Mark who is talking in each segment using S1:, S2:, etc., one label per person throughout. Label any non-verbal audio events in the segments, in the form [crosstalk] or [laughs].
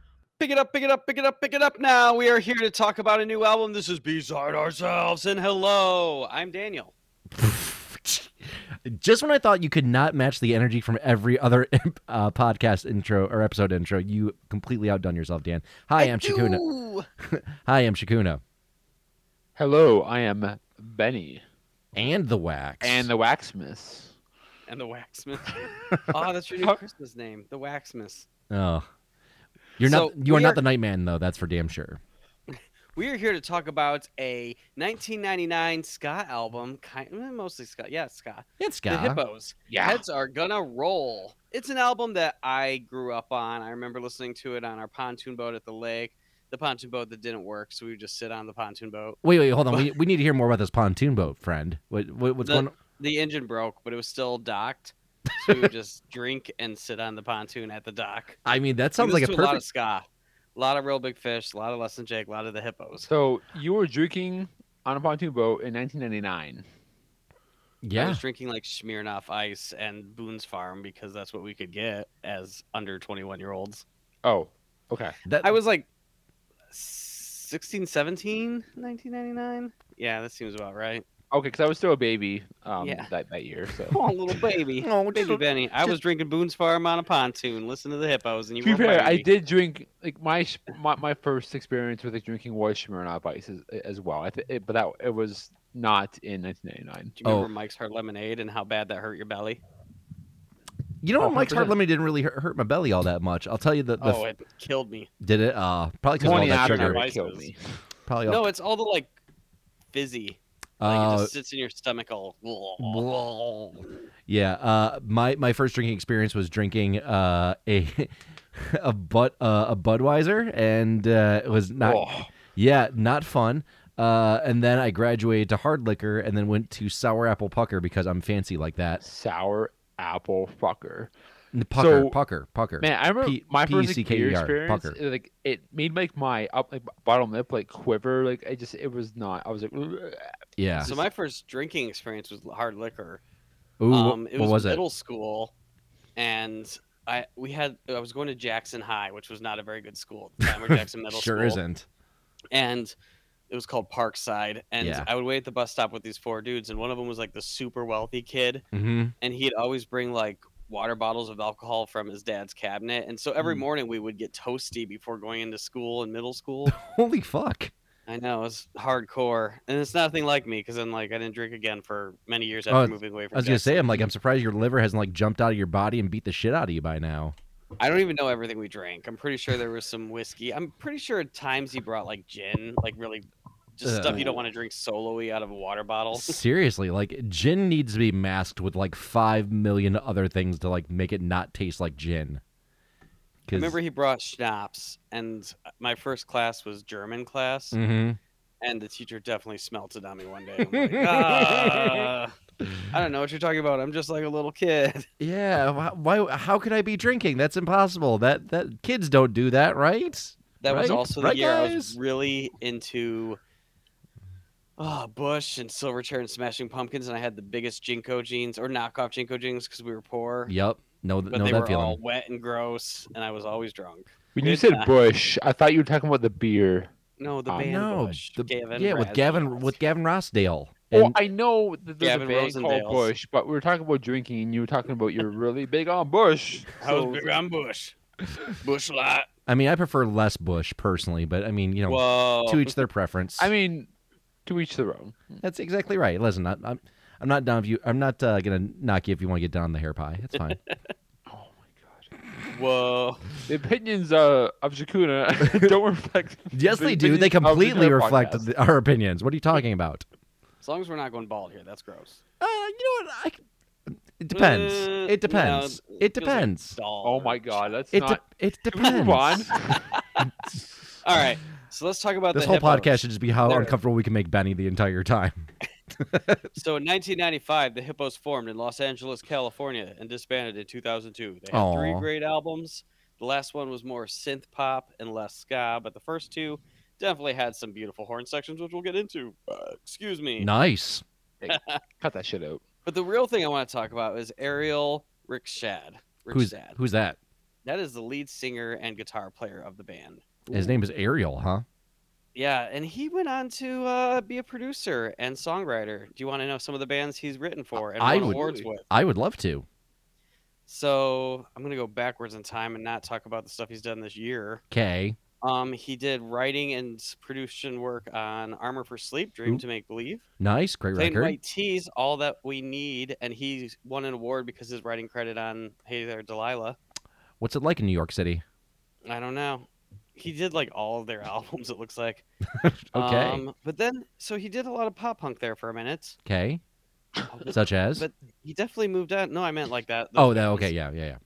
S1: up, pick it up, pick it up, pick it up now. We are here to talk about a new album. This is Beside Ourselves and Hello. I'm Daniel.
S2: [laughs] Just when I thought you could not match the energy from every other [laughs] uh, podcast intro or episode intro, you completely outdone yourself, Dan. Hi, I'm Shakuna.
S1: Ooh.
S2: [laughs] Hi, I'm Shakuna.
S3: Hello, I am Benny
S2: And the wax.
S3: and the Waxmith.
S1: And the Waxmith. oh, that's your new Christmas name, the Waxmith.
S2: Oh. You're
S1: So,
S2: not you are
S1: we
S2: not
S1: are-
S2: the nightman though, that's for damn sure.
S1: We are here to talk about a 1999 ska album, kind eh, mostly ska. Yeah, ska.
S2: It's
S1: The
S2: Scott.
S1: Hippos.
S3: Yeah.
S1: Heads are gonna roll. It's an album that I grew up on. I remember listening to it on our pontoon boat at the lake. The pontoon boat that didn't work, so we would just sit on the pontoon boat.
S2: Wait, wait, hold
S1: [laughs]
S2: on. We, we need to hear more about this pontoon boat, friend. What, what what's
S1: The-
S2: going on?
S1: The engine broke, but it was still docked. So
S2: [laughs]
S1: we would just drink and sit on the pontoon at the dock.
S2: I mean, that sounds
S1: We
S2: like a
S1: listened to a lot of
S2: perfect
S1: ska. A lot of real big fish, a lot of less than Jake, a lot of the hippos.
S3: So you were drinking on a pontoon boat in 1999.
S1: I
S2: Yeah.
S1: was drinking like Smirnoff Ice and Boone's Farm because that's what we could get as under 21 year olds.
S3: Oh, okay.
S2: That
S1: I was like 16, 17, 1999. Yeah, that seems about right.
S3: Okay, because I was still a baby um,
S1: Yeah.
S3: that, that year. So
S1: Oh, little
S2: [laughs]
S1: baby.
S2: [laughs] Oh,
S1: baby
S2: just-
S1: Benny. I was drinking Boone's Farm on a pontoon. Listen to the hippos and you
S3: to be
S1: were
S3: fair, I
S1: baby.
S3: did drink like my sh- my, my first experience with like drinking was Smirnoff Ice as, as well. I th- it, but that it was not in 1999.
S1: Do you remember
S2: Oh.
S1: Mike's Hard Lemonade and how bad that hurt your belly?
S2: You know what? Mike's Hard
S3: 100%.
S2: Lemonade didn't really hurt, hurt my belly all that much. I'll tell you the, the
S1: Oh, it killed me.
S2: did it uh probably because all
S3: Morning
S2: that
S3: after
S2: sugar.
S1: Mike.
S3: it killed me.
S2: Probably all,
S1: No, it's all the like fizzy. Like it
S2: uh,
S1: just sits in your stomach all.
S2: Yeah, uh, my my first drinking experience was drinking uh, a [laughs] a bud uh, a Budweiser, and uh, it was not
S3: Oh.
S2: yeah not fun. Uh, and then I graduated to hard liquor, and then went to sour apple pucker because I'm fancy like that.
S3: Sour apple fucker.
S2: N- Pucker,
S3: So-
S2: pucker, pucker.
S3: Man, I remember
S2: P-
S3: my first like, beer
S2: P-U-C-K-E-R,
S3: experience.
S2: E pucker.
S3: it, like it made like my up like bottom lip like quiver. Like I just it was not. I was like, "Ugh."
S2: yeah.
S1: So my first drinking experience was hard liquor.
S2: Ooh, wh-
S1: um, it
S2: what
S1: was,
S2: was
S1: middle school, and I we had I was going to Jackson High, which was not a very good school. At the
S2: [laughs]
S1: time, or Jackson
S2: it?
S1: Middle
S2: Sure
S1: School,
S2: isn't.
S1: And it was called Parkside, and
S2: Yeah.
S1: I would wait at the bus stop with these four dudes, and one of them was like the super wealthy kid,
S2: hmm
S1: and he'd always bring like water bottles of alcohol from his dad's cabinet, and so every
S3: Mm.
S1: morning we would get toasty before going into school in middle
S2: [laughs]
S1: school.
S2: Holy fuck!
S1: I know it's hardcore, and it's nothing like me because then like I didn't drink again for many years
S2: Oh,
S1: after
S2: I was-
S1: moving away from.
S2: I was gonna
S1: Jackson.
S2: say, I'm like, I'm surprised your liver hasn't like jumped out of your body and beat the shit out of you by now.
S1: I don't even know everything we drank. I'm pretty sure there was some whiskey. I'm pretty sure at times he brought like gin, like really just stuff you don't want to drink soloy out of a water [laughs] bottle.
S2: Seriously, like gin needs to be masked with like five million other things to like make it not taste like gin.
S1: I
S2: 'Cause-
S1: remember he brought schnapps, and uh, my first class was German class,
S3: Mm-hmm.
S2: Mhm.
S1: and the teacher definitely smelt it on me one day. I'm like,
S2: [laughs]
S1: "Ah, I don't know what you're talking about. I'm just like a little kid. [laughs]
S2: Yeah. wh- Why? How could I be drinking? That's impossible. That that kids don't do that, right?
S1: That was
S2: Right?
S1: also the
S2: Right,
S1: year I
S2: guys?
S1: was really into oh, Bush and Silverchair and Smashing Pumpkins, and I had the biggest Jinko jeans or knockoff Jinko jeans because we were poor.
S2: Yep. No,
S1: but
S2: no,
S1: they
S2: that
S1: were
S2: feeling.
S1: all wet and gross, and I was always drunk.
S3: When you
S1: Good
S3: said
S1: time.
S3: Bush, I thought you were talking about the beer.
S1: No, the
S3: Oh,
S1: band
S2: no,
S1: Bush,
S2: the-
S1: Gavin
S2: yeah, with Gavin
S1: Razzmatazz.
S2: with Gavin Rossdale.
S3: Well,
S2: And-
S3: Oh, I know that there's
S1: Gavin
S3: a band called
S1: Rosendale's.
S3: Bush, but we were talking about drinking, and you were talking about you're really big on [laughs] Bush.
S1: I was
S3: so-
S1: big on Bush. Bush lot.
S2: I mean, I prefer less Bush personally, but I mean, you know,
S1: Whoa.
S2: to each their preference.
S3: I mean, to each their own.
S2: that's exactly right. Listen, I, I'm I'm not down if you. I'm not uh, gonna knock you if you want to get down on the hair pie. That's fine.
S3: Oh my
S1: [laughs]
S3: god.
S1: Whoa.
S3: The opinions uh, of
S2: [laughs]
S3: Shakuna don't reflect.
S2: Yes,
S3: the
S2: they do. They
S3: opinions of the
S2: completely
S3: Shakuna
S2: reflect
S3: podcast.
S2: th- our opinions. What are you talking about?
S1: As long as we're not going bald here, that's gross.
S2: Uh, you know what? I, c- it depends.
S1: Uh,
S2: it depends.
S1: no,
S2: it
S1: feels like
S2: depends.
S1: dull
S3: Oh
S1: or-
S3: my god, that's
S2: It, de-
S3: not.
S2: it
S3: Can we
S2: depends.
S3: move on?
S2: [laughs]
S1: All right. So let's talk about
S2: This
S1: the
S2: whole
S1: hippos.
S2: podcast should just be how
S1: There.
S2: uncomfortable we can make Benny the entire time.
S1: So in 1995, the Hippos formed in Los Angeles, California, and disbanded in 2002. They had three
S2: Aw.
S1: great albums. The last one was more synth pop and less ska, but the first two definitely had some beautiful horn sections, which we'll get into. Uh, excuse me.
S2: Nice.
S3: Cut that shit out.
S1: But the real thing I want to talk about is Ariel Rickshad.
S2: Who's
S1: Rickshad.
S2: who's that?
S1: That is the lead singer and guitar player of the band.
S2: His name is Ariel, huh?
S1: Yeah, and he went on to uh, be a producer and songwriter. Do you want to know some of the bands he's written for and
S2: I
S1: won
S2: would-
S1: awards with?
S2: I would love to.
S1: So I'm gonna go backwards in time and not talk about the stuff he's done this year.
S2: Okay.
S1: Um, he did writing and s- production work on Armor for Sleep, Dream
S2: Ooh.
S1: to Make Believe,
S2: Nice. Great
S1: Plain
S2: record.
S1: White Tees, All That We Need, and he won an award because his writing credit on Hey There Delilah.
S2: What's it like in New York City?
S1: I don't know. He did like all of their [laughs] albums. It looks like.
S2: Okay.
S1: Um, but then, so he did a lot of pop punk there for a minute.
S2: Okay.
S1: but
S2: Such as?
S1: but he definitely moved on. No, I meant like that. those
S2: oh, that,
S1: bands.
S2: okay. Yeah, yeah, yeah.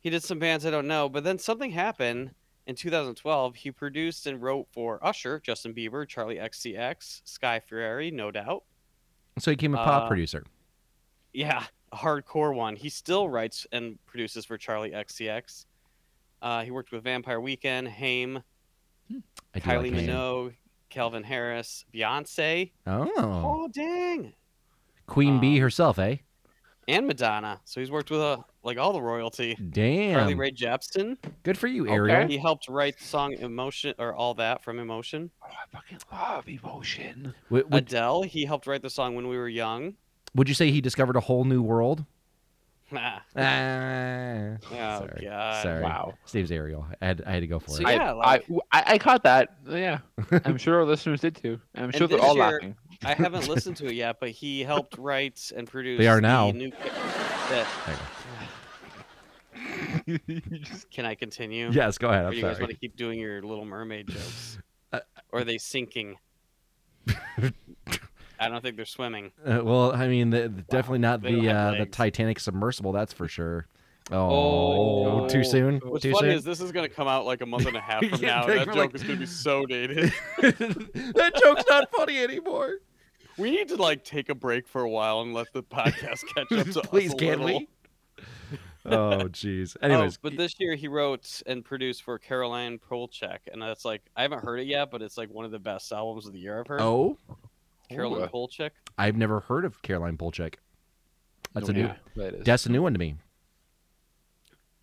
S1: He did some bands I don't know, but then something happened in 2012. He produced and wrote for Usher, Justin Bieber, Charlie XCX, Sky Ferrari, no doubt.
S2: So he became a pop
S1: Uh,
S2: producer.
S1: Yeah, a hardcore one. He still writes and produces for Charlie XCX. Uh, he worked with Vampire Weekend, Haim,
S2: I do
S1: Kylie
S2: like him.
S1: Minogue, Calvin Harris, Beyonce.
S2: Oh.
S1: Oh, dang.
S2: Queen Bee
S1: um,
S2: herself, eh?
S1: And Madonna. So he's worked with uh, like all the royalty. Charlie
S2: Damn.
S1: Ray Jepsen.
S2: Good for you,
S3: Okay.
S2: Ariel.
S1: He helped write the song Emotion or All That from Emotion.
S3: Oh, I fucking love emotion.
S2: Would, would,
S1: Adele, he helped write the song when we were young. [laughs]
S2: would you say he discovered a whole new world?
S1: Ah,
S2: Ah.
S1: oh
S2: Sorry.
S1: god.
S2: Sorry.
S3: Wow.
S2: His name's Ariel. I had, I had to go for
S1: So
S2: it.
S1: Yeah,
S3: I,
S1: like-
S3: I, I I caught that. Yeah, [laughs] I'm sure our listeners did too. I'm sure they're
S1: this
S3: all
S1: year-
S3: laughing.
S1: I haven't listened to it yet, but he helped write
S2: [laughs]
S1: and produce.
S2: They are
S1: the
S2: now.
S1: new- that- [sighs] Can I continue?
S2: [laughs] Yes, go ahead.
S1: Or
S2: I'm
S1: do you guys
S2: sorry.
S1: want to keep doing your Little Mermaid jokes?
S2: Uh,
S1: or are they
S2: [laughs]
S1: sinking? I don't think they're swimming.
S2: Uh, well, I mean, the, the- definitely not
S1: They don't
S2: the
S1: have
S2: uh, the
S1: legs.
S2: Titanic submersible, that's for sure. Oh,
S1: Oh.
S2: too soon.
S1: What's
S2: too
S1: funny
S2: soon.
S1: is this is going to come out like a month and a half from
S2: [laughs] Yeah,
S1: now.
S2: they
S1: and That
S2: were
S1: joke
S2: like-
S1: is going to be so dated.
S2: [laughs] [laughs] that joke's not
S1: [laughs]
S2: funny anymore.
S1: We need to like take a break for a while and let the podcast catch
S2: [laughs]
S1: up to us
S2: Please,
S1: a
S2: can
S1: little.
S2: we? [laughs] Oh, jeez.
S1: Oh,
S2: Anyways,
S1: but this year he wrote and produced for Caroline Polchek, and that's like I haven't heard it yet, but it's like one of the best albums of the year I've heard.
S2: oh,
S1: Caroline
S3: Ooh.
S1: Polchek.
S2: I've never heard of Caroline Polchek. That's a new.
S3: Yeah, that is.
S2: That's a new one to me.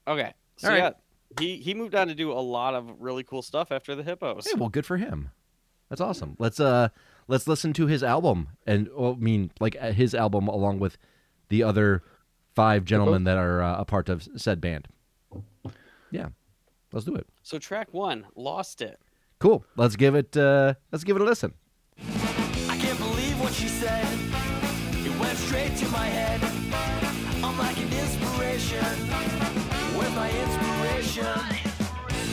S1: Okay, so
S2: All right.
S1: yeah, he he moved on to do a lot of really cool stuff after the Hippos.
S2: Hey, well, good for him. That's awesome. Let's uh, let's listen to his album, and well, I mean, like uh, his album along with the other five gentlemen that are uh, a part of said band. Yeah, let's do it.
S1: So track one, lost it.
S2: Cool. Let's give it. Uh, let's give it a listen.
S4: I can't believe what she said. It went straight to my head. I'm like an inspiration. Where's my inspiration?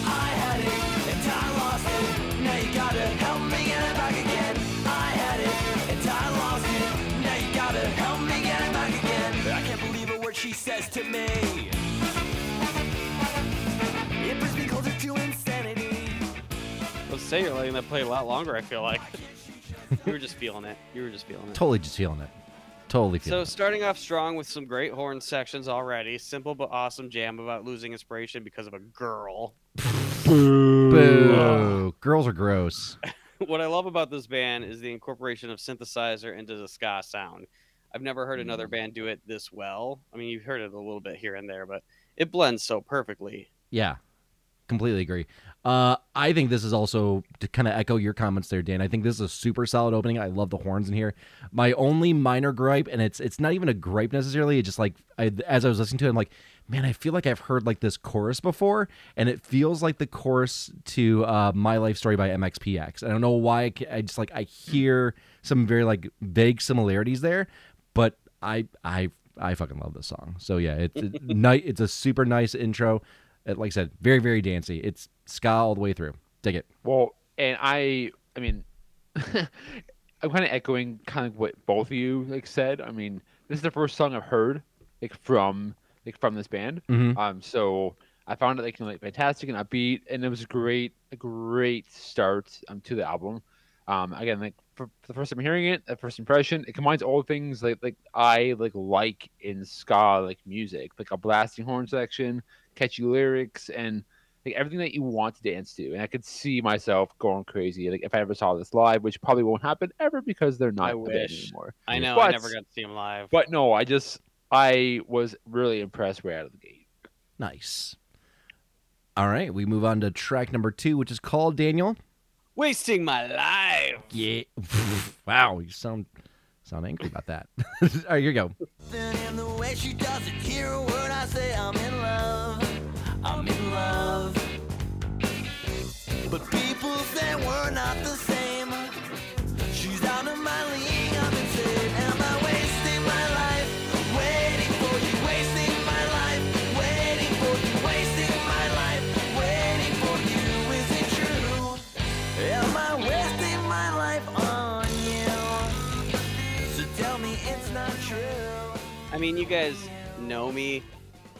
S4: I had it and I lost it. Now you gotta help me get it back again. I had it and I lost it. Now you gotta help me get it back again. I can't believe a word she says to me. It brings me closer to insanity.
S1: Let's say you're letting that play a lot longer. I feel
S2: [laughs]
S1: like you were just feeling it. You were just feeling it.
S2: Totally just feeling it. Totally
S1: So
S2: feeling it.
S1: starting off strong with some great horn sections already. Simple but awesome jam about losing inspiration because of a girl.
S2: Boo. Girls are gross.
S1: what I love about this band is the incorporation of synthesizer into the ska sound. I've never heard another
S3: Mm.
S1: band do it this well. I mean, you've heard it a little bit here and there, but it blends so perfectly.
S2: Yeah, completely agree. Uh, I think this is also to kind of echo your comments there, Dan. I think this is a super solid opening. I love the horns in here. My only minor gripe, and it's it's not even a gripe necessarily. It's just like I, as I was listening to it, I'm like, man, I feel like I've heard like this chorus before, and it feels like the chorus to uh, "My Life Story" by MXPX. I don't know why. I, ca- I just like I hear some very like vague similarities there, but I I I fucking love this song. So yeah, it's it, night. It's a super nice intro. Uh, Like I said, very very dancey. It's ska all the way through. Dig it.
S3: Well, and I, I mean, [laughs] I'm kind of echoing kind of what both of you like said. I mean, this is the first song I've heard like from like from this band.
S2: Mm-hmm.
S3: Um, so I found it like, you know, like fantastic and upbeat, and it was a great, a great start um, to the album. Um, again, like for, for the first time hearing it, that first impression, it combines all the things like like I like like in ska like music, like a blasting horn section, catchy lyrics, and like everything that you want to dance to. And I could see myself going crazy, like if I ever saw this live, which probably won't happen ever because they're not
S1: I
S3: a band
S1: wish.
S3: anymore.
S1: I know I
S3: But-
S1: never got to see them live.
S3: But no, I just I was really impressed right out of the gate.
S2: Nice. All right, we move on to track number two, which is called Daniel.
S1: Wasting my life.
S2: Yeah. [laughs] wow, you sound sound angry about that. [laughs] All right, here you go.
S4: something in the way she doesn't hear a word I say. I'm in love. I'm in love. But people say we're not the same. She's out of my league. I'm insane. Am I wasting my life waiting for you? Wasting my life waiting for you. Wasting my life waiting for you. Is it true? Am I wasting my life on you? So tell me it's not true.
S1: I mean, you guys know me,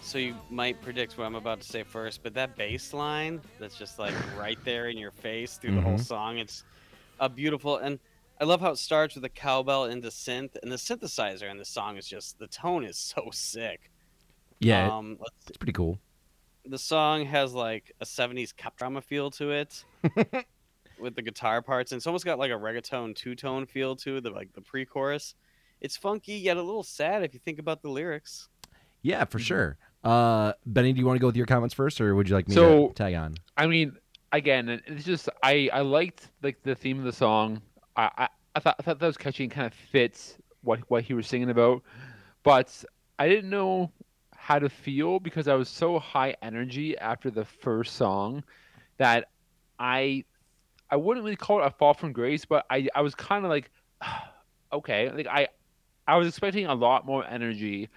S1: so you might predict what I'm about to say first. But that bass line, that's just like right there in your face through the whole
S2: Mhm.
S1: song. It's a beautiful, and I love how it starts with a cowbell into synth, and the synthesizer in the song is just the tone is so sick.
S2: Yeah,
S1: Um, let's
S2: it's pretty cool.
S1: the song has like a 70s cop drama feel to it with the guitar parts and it's almost got like a reggaeton two-tone feel to the like the pre-chorus it's funky yet a little sad if you think about the lyrics
S2: Yeah, for
S3: Mhm.
S2: sure. Uh, Benny, do you want to go with your comments first, or would you like me
S3: So-
S2: to tag on?
S3: I mean, again, it- it's just I I liked like the theme of the song. I I, I thought I thought that was catchy and kind of fits what what he was singing about, but I didn't know how to feel because I was so high energy after the first song that I I wouldn't really call it a fall from grace, but I I was kind of like [sighs] okay, like I I was expecting a lot more energy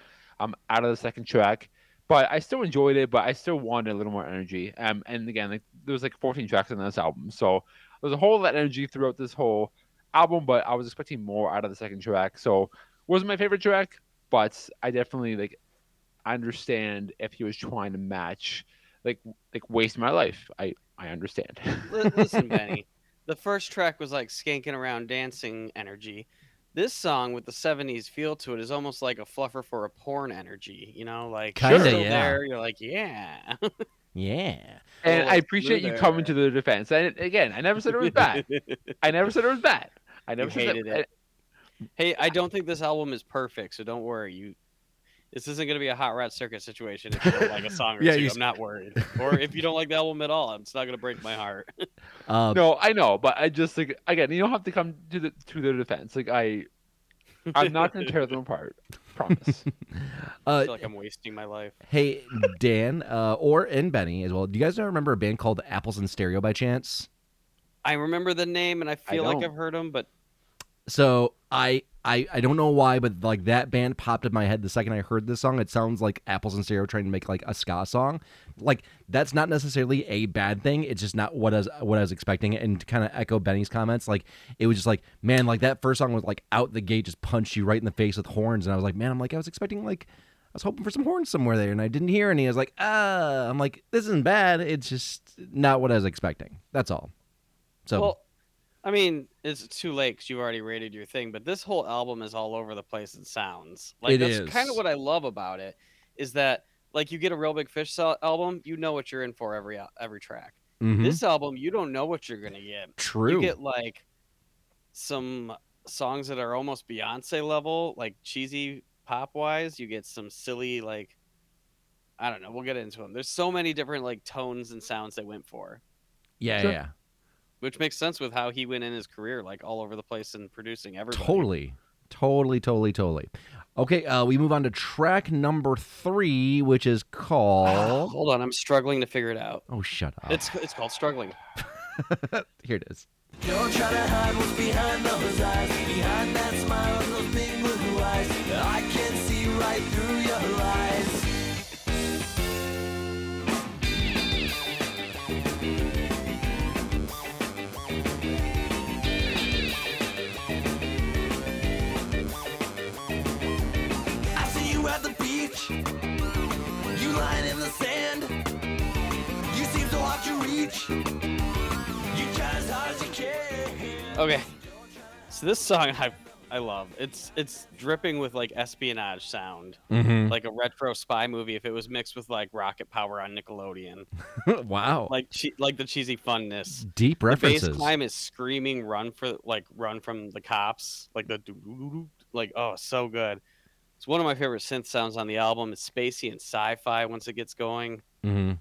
S3: um out of the second track but I still enjoyed it. But I still wanted a little more energy. Um, and again, like there was like 14 tracks on this album, so there's a whole lot of energy throughout this whole album. But I was expecting more out of the second track. So wasn't my favorite track, but I definitely like understand if he was trying to match, like like waste my life. I I understand. [laughs]
S1: Li- listen benny the first track was like skanking around dancing energy this song with the 70s feel to it is almost like a fluffer for a porn energy you know like you're
S2: Kinda,
S1: still
S2: yeah.
S1: there you're like yeah
S2: Yeah.
S3: and
S1: Oh,
S3: I
S1: it's
S3: appreciate you
S1: blue
S3: coming to
S1: there.
S3: the defense. And again, I never said it
S1: [laughs]
S3: was bad. I never said it was bad. I never said
S1: hated it. Hey, I don't think this album is perfect, so don't worry. You, this isn't going to be a hot rod circuit situation if you don't like a song or
S2: [laughs] Yeah,
S1: two.
S2: you-
S1: I'm not worried. Or if you don't like the album at all, it's not going to break my heart.
S2: Uh,
S3: no, I know, but I just like again, you don't have to come to the to their defense. Like I, I'm not gonna tear them apart. Promise.
S1: I
S2: uh,
S1: feel like I'm wasting my life.
S2: hey, Dan, uh, or and Benny as well. Do you guys remember a band called Apples and Stereo by chance?
S1: I remember the name and I feel like
S3: don't.
S1: I've heard them, but
S2: So I, I I don't know why, but like that band popped in my head the second I heard this song. It sounds like Apples and Stereo trying to make like a ska song. Like that's not necessarily a bad thing. It's just not what I was what I was expecting. And to kind of echo Benny's comments, like it was just like man, like that first song was like out the gate, just punched you right in the face with horns. And I was like, man, I'm like I was expecting like I was hoping for some horns somewhere there, and I didn't hear any. I was like, ah, I'm like this isn't bad. It's just not what I was expecting. That's all. So
S1: well, I mean, it's too late because you've already rated your thing. But this whole album is all over the place in sounds. Like
S2: It
S1: that's
S2: is.
S1: kind of what I love about it is that like you get a real big fish sal- album, you know what you're in for every al- every track.
S2: mhm.
S1: This album, you don't know what you're going to get.
S2: true.
S1: You get like some songs that are almost Beyonce level, like cheesy pop wise. You get some silly like I don't know. We'll get into them. There's so many different like tones and sounds they went for,
S2: yeah,
S3: Sure.
S2: yeah.
S1: which makes sense with how he went in his career, like all over the place and producing everybody.
S2: Totally. Totally, totally, totally. Okay, uh, we move on to track number three, which is called.
S1: Hold on, I'm struggling to figure it out.
S2: Oh, shut up.
S1: It's it's called struggling.
S2: Here it is.
S4: Don't try to hide what's behind those eyes, behind that smile and those big blue eyes. I can see right through your lies. I see you at the beach, you lying in the sand. You seem so hard to reach. You try as hard as you can.
S1: Okay. So this song I I love. It's it's dripping with like espionage sound,
S2: Mm-hmm.
S1: like a retro spy movie if it was mixed with like rocket power on Nickelodeon.
S2: [laughs] wow.
S1: like che- like the cheesy funness.
S2: Deep
S1: The bass
S2: references.
S1: climb is screaming "Run for like run from the cops!" Like the doo-doo-doo-doo. like oh so good. It's one of my favorite synth sounds on the album. It's spacey and sci-fi once it gets going.
S2: Mhm.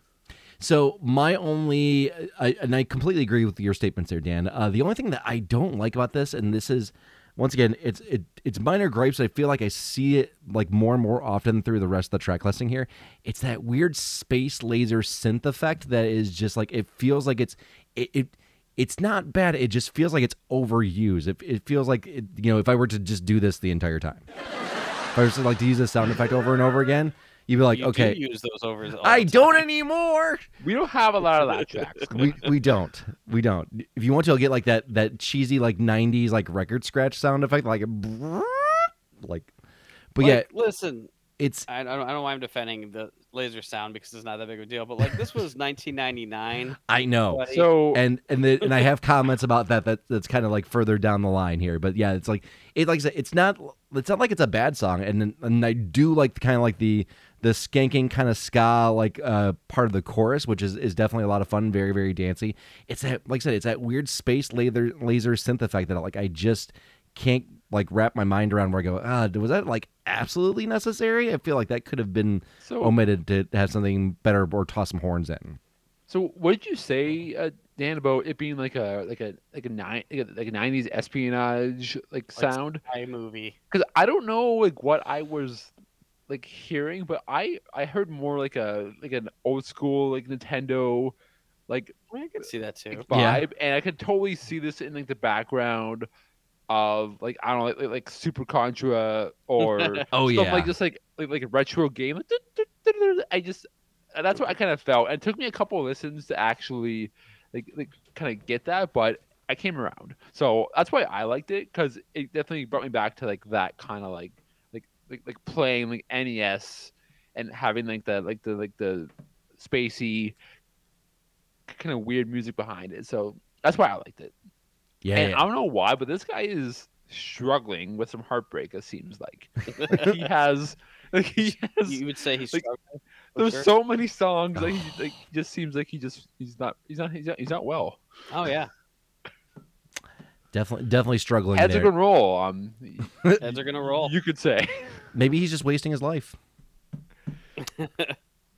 S2: So my only, I, and I completely agree with your statements there, Dan. Uh, the only thing that I don't like about this, and this is, once again, it's it, it's minor gripes. I feel like I see it like more and more often through the rest of the track listing here. It's that weird space laser synth effect that is just like it feels like it's it. it it's not bad. It just feels like it's overused. It, it feels like, it, you know, if I were to just do this the entire time, [laughs] if I was to like to use this sound effect over and over again, you'd be like,
S1: You do
S2: okay,
S1: use those overs. all
S2: I
S1: the
S2: don't
S1: time.
S2: anymore.
S3: We don't have a lot of that tracks.
S2: [laughs] we we don't. We don't. If you want to, I'll get like that that cheesy like '90s like record scratch sound effect, like [laughs] a brrrr, like. But yeah,
S1: Like, listen,
S2: it's
S1: I I don't, I don't know why I'm defending the laser sound because it's not that big of a deal, but like this was 1999.
S2: I know,
S1: Like,
S3: So
S2: and and the, and I have comments about that that that's kind of like further down the line here. But yeah, it's like it like I said, it's not it's not like it's a bad song, and and I do like kind of like the the skanking kind of ska like uh part of the chorus, which is is definitely a lot of fun, very very dancey. It's that like I said, it's that weird space laser laser synth effect that like I just can't like wrap my mind around. Where I go, ah, was that like absolutely necessary? I feel like that could have been
S3: so
S2: omitted to have something better or toss some horns in.
S3: So what did you say, uh, Dan, about it being like a like a like a nine like a, like a '90s espionage like
S1: Like-
S3: sound?
S1: I movie.
S3: Because I don't know like what I was like hearing, but I I heard more like a like an old school like Nintendo like
S1: I, mean, I could see that too.
S3: like,
S2: Yeah.
S3: vibe, and I could totally see this in like the background of like I don't know like, like, like Super Contra or
S2: Oh
S3: stuff like this, like like like a retro game. Like, "Dut, dut, dut, dut." I just and that's what I kind of felt. And it took me a couple of listens to actually like like kind of get that, but I came around. So that's why I liked it because it definitely brought me back to like that kind of like like like like playing like NES and having like the like the like the spacey kind of weird music behind it. So that's why I liked it.
S2: yeah,
S3: and
S2: yeah.
S3: I don't know why, but this guy is struggling with some heartbreak. It seems like Like, he has, [laughs] like he has.
S1: You would say he's
S3: Like,
S1: struggling. for
S3: there's
S1: sure.
S3: so many songs
S2: [sighs]
S3: like, he, like he just seems like he just he's not he's not he's not, he's not well.
S1: Oh
S2: [laughs]
S1: yeah,
S2: Definitely, definitely struggling
S3: Heads are
S2: there.
S3: gonna roll. Um,
S1: heads are gonna roll.
S3: You could say. [laughs]
S2: Maybe he's just wasting
S1: [laughs]
S2: his life.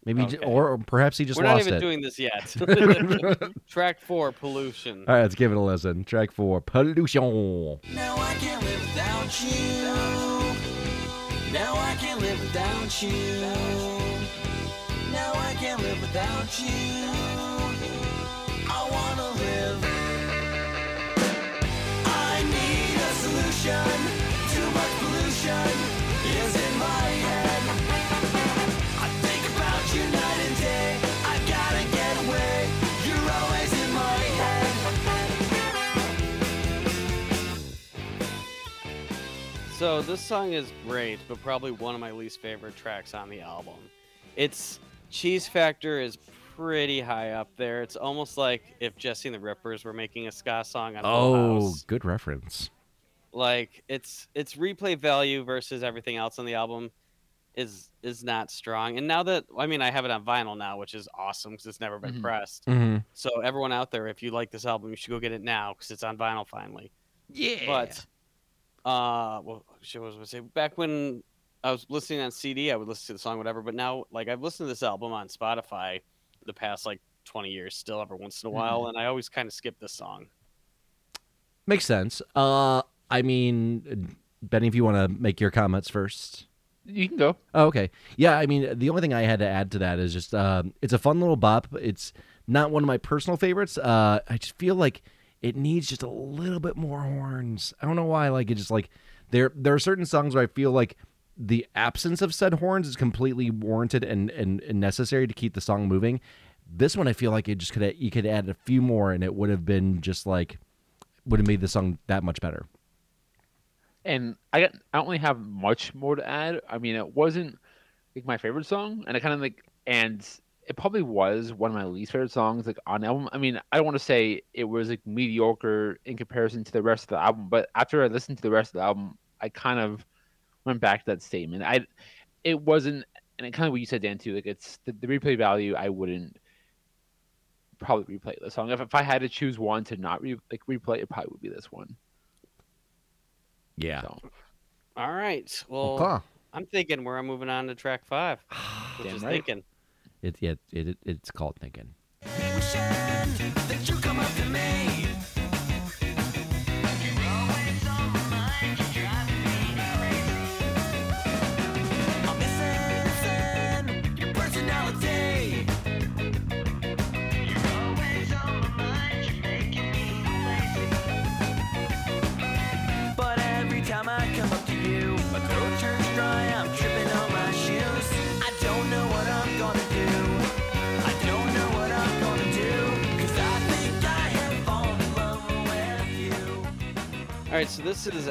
S2: Maybe, j
S1: Okay.
S2: or, or perhaps he just
S1: We're not
S2: lost
S1: even
S2: it.
S1: doing this
S2: [laughs]
S1: yet. [laughs] Track four, pollution.
S2: All right, let's give it a listen. Track four, pollution.
S4: Now I can't live without you. Now I can't live without you. Now I can't live without you. I wanna live. I need a solution. Too much pollution is in my head. I think about you night and day. I gotta get away. You're always in my head.
S1: So this song is great, but probably one of my least favorite tracks on the album. It's Cheese Factor is pretty high up there. It's almost like if Jesse and the Rippers were making a ska song on Full
S2: Oh,
S1: House.
S2: good reference.
S1: Like it's it's replay value versus everything else on the album is is not strong. And now that I mean I have it on vinyl now, which is awesome because it's never been
S3: Mhm.
S1: pressed.
S2: Mm-hmm.
S1: So everyone out there, if you like this album, you should go get it now because it's on vinyl finally.
S2: Yeah,
S1: But uh, well, shit, what was I gonna say? Back when I was listening on CD, I would listen to the song, whatever. But now, like, I've listened to this album on Spotify the past like 20 years, still every once in a
S3: Mm-hmm.
S1: while, and I always kind of skip this song.
S2: makes sense. Uh, I mean, Benny, if you want to make your comments first.
S3: You can go.
S2: Oh, okay. Yeah, I mean, the only thing I had to add to that is just um, it's a fun little bop. It's not one of my personal favorites. Uh, I just feel like it needs just a little bit more horns. I don't know why. Like it just like there there are certain songs where I feel like the absence of said horns is completely warranted and and, and necessary to keep the song moving. This one, I feel like it just could you could add a few more and it would have been just like would have made the song that much better.
S3: And I got I don't really have much more to add. I mean, it wasn't like my favorite song, and I kind of like and it probably was one of my least favorite songs like on the album. I mean, I don't want to say it was like mediocre in comparison to the rest of the album, but after I listened to the rest of the album, I kind of went back to that statement. I it wasn't, and it kind of what you said, Dan, too. Like it's the, the replay value. I wouldn't probably replay this song if, if I had to choose one to not re, like replay. It probably would be this one.
S2: Yeah.
S3: So.
S1: All right. Well,
S2: Okay.
S1: I'm thinking we're moving on to track five, which
S3: Damn
S1: is
S3: right.
S1: thinking.
S2: [sighs] It, yeah, it, it, it's called Thinking.
S4: that you come up to me. I'm missing your personality. But every time I come up to you, my throat turns dry, I'm tripping on my shoes. I don't know what I'm gonna do. I don't know what I'm gonna do. Cause I think I have fallen in love with you.
S1: All right, so this is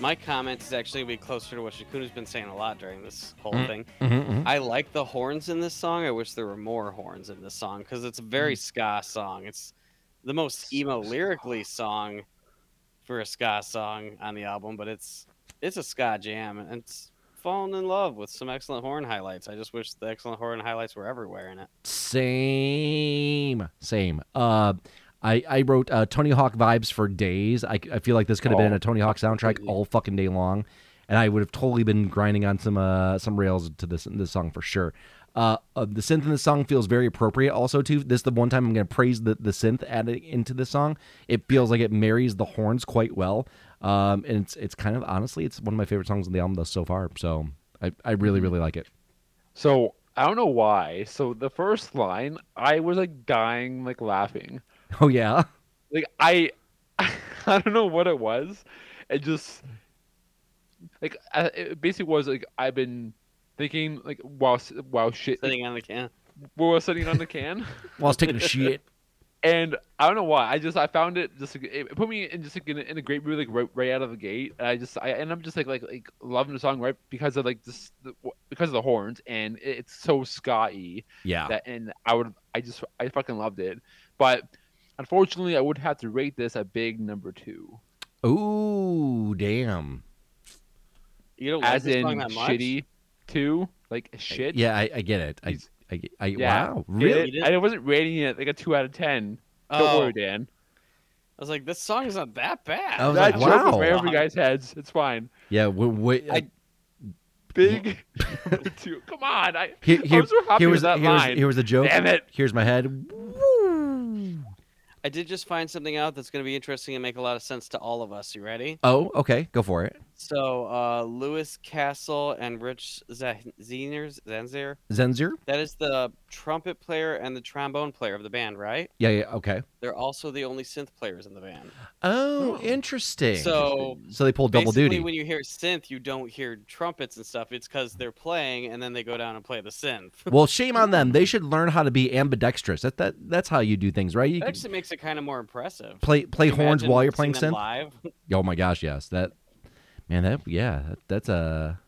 S1: my comment is actually gonna be closer to what Shakuna's been saying a lot during this whole
S2: Mm.
S1: thing.
S2: Mm-hmm.
S1: I like the horns in this song. I wish there were more horns in this song because it's a
S2: Mm.
S1: very ska song. It's the most emo lyrically song for a ska song on the album, but it's it's a ska jam and it's fallen in love with some excellent horn highlights. I just wish the excellent horn highlights were everywhere in it.
S2: Same, same. Uh, I, I wrote uh, Tony Hawk vibes for days. I, I feel like this could have been
S3: Oh,
S2: a Tony Hawk soundtrack
S3: completely.
S2: all fucking day long, and I would have totally been grinding on some uh, some rails to this this song for sure. Uh, uh, the synth in this song feels very appropriate. Also, too, this is the one time I'm going to praise the, the synth added into this song. It feels like it marries the horns quite well, um, and it's it's kind of honestly it's one of my favorite songs on the album thus so far. So I, I really really like it. [laughs]
S3: So I don't know why. So the first line, I was like dying, like laughing.
S2: Oh yeah,
S3: Like I, [laughs] I don't know what it was. It just like I, it basically was like I've been thinking like while s- while shit like,
S1: Sitting on the can.
S3: while sitting on the can,
S2: whilst taking a shit.
S3: and I don't know why. I just I found it just like, it put me in just like, in, a, in a great mood like right, right out of the gate. And I just I and I'm just like like like loving the song right because of like this because of the horns and it, it's so Scotty.
S2: Yeah.
S3: that and I would I just I fucking loved it. But unfortunately I would have to rate this a big number two.
S2: Ooh, damn.
S1: You don't like
S3: As
S1: this
S3: in
S1: song that much?
S3: shitty two. Like shit.
S2: Yeah, I, I get it. I,
S3: He's-
S2: I, I
S3: Yeah.
S2: wow,
S3: It-
S2: really?
S1: You did?
S3: I wasn't rating it like a two out of ten. Don't
S1: Oh,
S3: worry, Dan.
S1: I was like, this song is not that bad.
S2: I was
S3: that
S2: like,
S3: joke
S2: wow.
S3: was way over you guys' heads. It's fine.
S2: Yeah. uh, Wait,
S3: I- Big [laughs] number two. Come on. I,
S2: here,
S3: I
S2: here,
S3: was so happy
S2: here
S3: with
S2: was
S3: that
S2: here was,
S3: line.
S2: here was the joke.
S3: Damn it.
S2: Here's my head.
S1: I did just find something out that's going to be interesting and make a lot of sense to all of us. You ready?
S2: Oh, okay. Go for it.
S1: So, uh, Lewis Castle and Rich Zanzer, Zanzer,
S2: Zenzer.
S1: that is the trumpet player and the trombone player of the band, right?
S2: Yeah. Yeah. Okay.
S1: They're also the only synth players in the band.
S2: Oh,
S3: Hmm.
S2: interesting.
S1: So,
S2: so they pulled double
S1: basically,
S2: duty.
S1: when you hear synth, you don't hear trumpets and stuff. It's because they're playing and then they go down and play the synth.
S2: well, shame on them. They should learn how to be ambidextrous. That, that that's how you do things, right? You
S1: It
S2: can
S1: actually makes it kind of more impressive.
S2: play Hmm. play
S1: Can you
S2: horns
S1: imagine
S2: while you're
S1: seeing
S2: playing
S1: them
S2: synth.
S1: live. [laughs]
S2: Oh my gosh, yes. That man, that yeah, that, that's a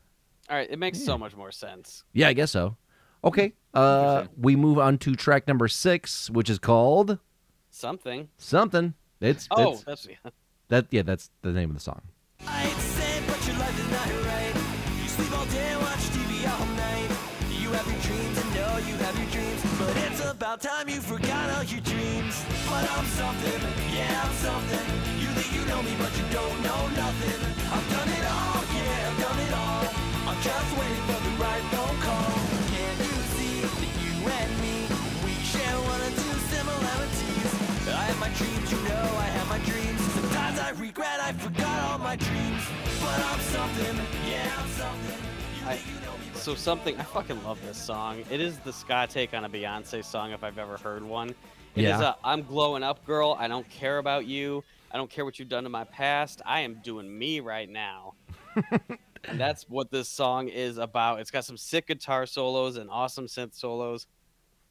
S1: All right, it makes so much more sense.
S2: Yeah, I guess so. Okay. Uh, we move on to track number six, which is called
S1: Something.
S2: something. It's,
S1: Oh,
S2: it's-
S1: that's
S2: that. Yeah, that's the name of the song.
S4: I hate to say it, but your life is not right. You sleep all day and watch TV all night. You have your dreams and know you have your dreams. But it's about time you forgot all your dreams. But I'm something, yeah, I'm something. You think you know me, but you don't know nothing. I've done it all, yeah, I've done it all. I'm just waiting for the right phone call. Can you see that you and me? We share one or two similarities. I have my dreams, you know I have my dreams. Sometimes I regret I forgot all my dreams. But I'm something, yeah, I'm something. You
S1: I-
S4: think you know me, but
S1: So something I fucking love this song. It is the ska take on a Beyonce song if I've ever heard one. It is
S2: Yeah.
S1: a I'm glowing up girl. I don't care about you. I don't care what you've done to my past. I am doing me right now.
S2: [laughs]
S1: and that's what this song is about. It's got some sick guitar solos and awesome synth solos.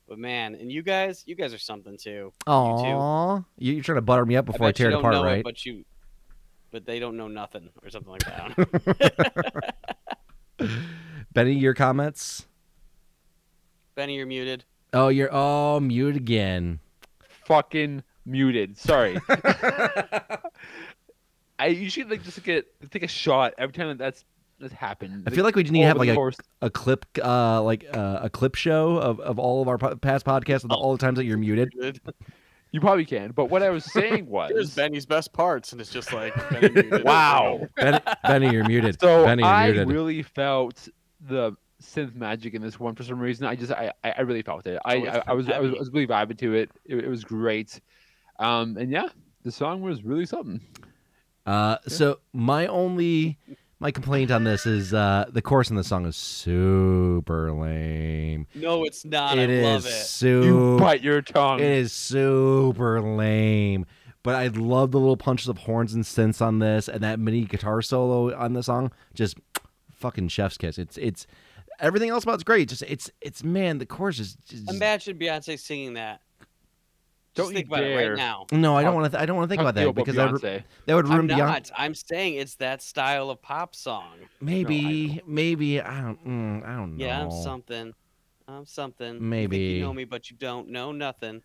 S1: But man, and you guys, you guys are something too.
S2: Aw, you, you're trying to butter me up before I,
S1: bet you
S2: tear it
S1: don't
S2: apart,
S1: know
S2: right?
S1: It, but you but they don't know nothing or something like that. I
S2: [laughs]
S1: don't know.
S2: Benny, your comments?
S1: Benny, you're muted.
S2: Oh, you're oh mute again.
S3: Fucking
S2: [laughs]
S3: muted. Sorry. I usually like just get take a shot every time that that's that's happened.
S2: I feel like we need to have like a,
S3: course.
S2: a clip, uh, like uh, a clip show of, of all of our po- past podcasts and all the times that you're muted.
S3: You probably can, but what I was [laughs] saying was
S1: Here's Benny's best parts, and it's just like
S2: [laughs]
S1: Benny muted.
S3: wow.
S2: Benny, Benny, you're muted.
S3: So
S2: Benny, you're
S3: I
S2: muted.
S3: really felt the synth magic in this one for some reason. I just I I I really felt it. I
S1: Oh, it's
S3: I, I, was, I was
S1: heavy.
S3: I was really vibing to it. It, it was great. Um and yeah, the song was really something.
S2: Uh, so my only my complaint on this is uh, the chorus in the song is super lame.
S1: No, it's not.
S2: It
S1: I
S2: is
S1: love it.
S3: You
S2: super.
S3: bite your tongue.
S2: It is super lame. But I love the little punches of horns and synths on this, and that mini guitar solo on the song. Just fucking chef's kiss. It's it's everything else about it's great. Just it's it's man, the chorus is. Just,
S1: Imagine Beyonce singing that. Just
S3: Don't you
S1: think about it
S3: dare.
S1: right now.
S2: no, I don't want to. I don't want to think
S3: How
S2: about
S3: do you
S2: that
S3: feel
S2: because that would,
S3: Beyonce?
S2: that would
S1: I'm
S2: ruin
S1: not.
S2: Beyonce.
S1: I'm saying it's that style of pop song.
S2: Maybe, maybe I don't. Mm, I don't know.
S1: Yeah, I'm something. I'm something. You think
S2: Maybe.
S1: you know me, but you don't know nothing.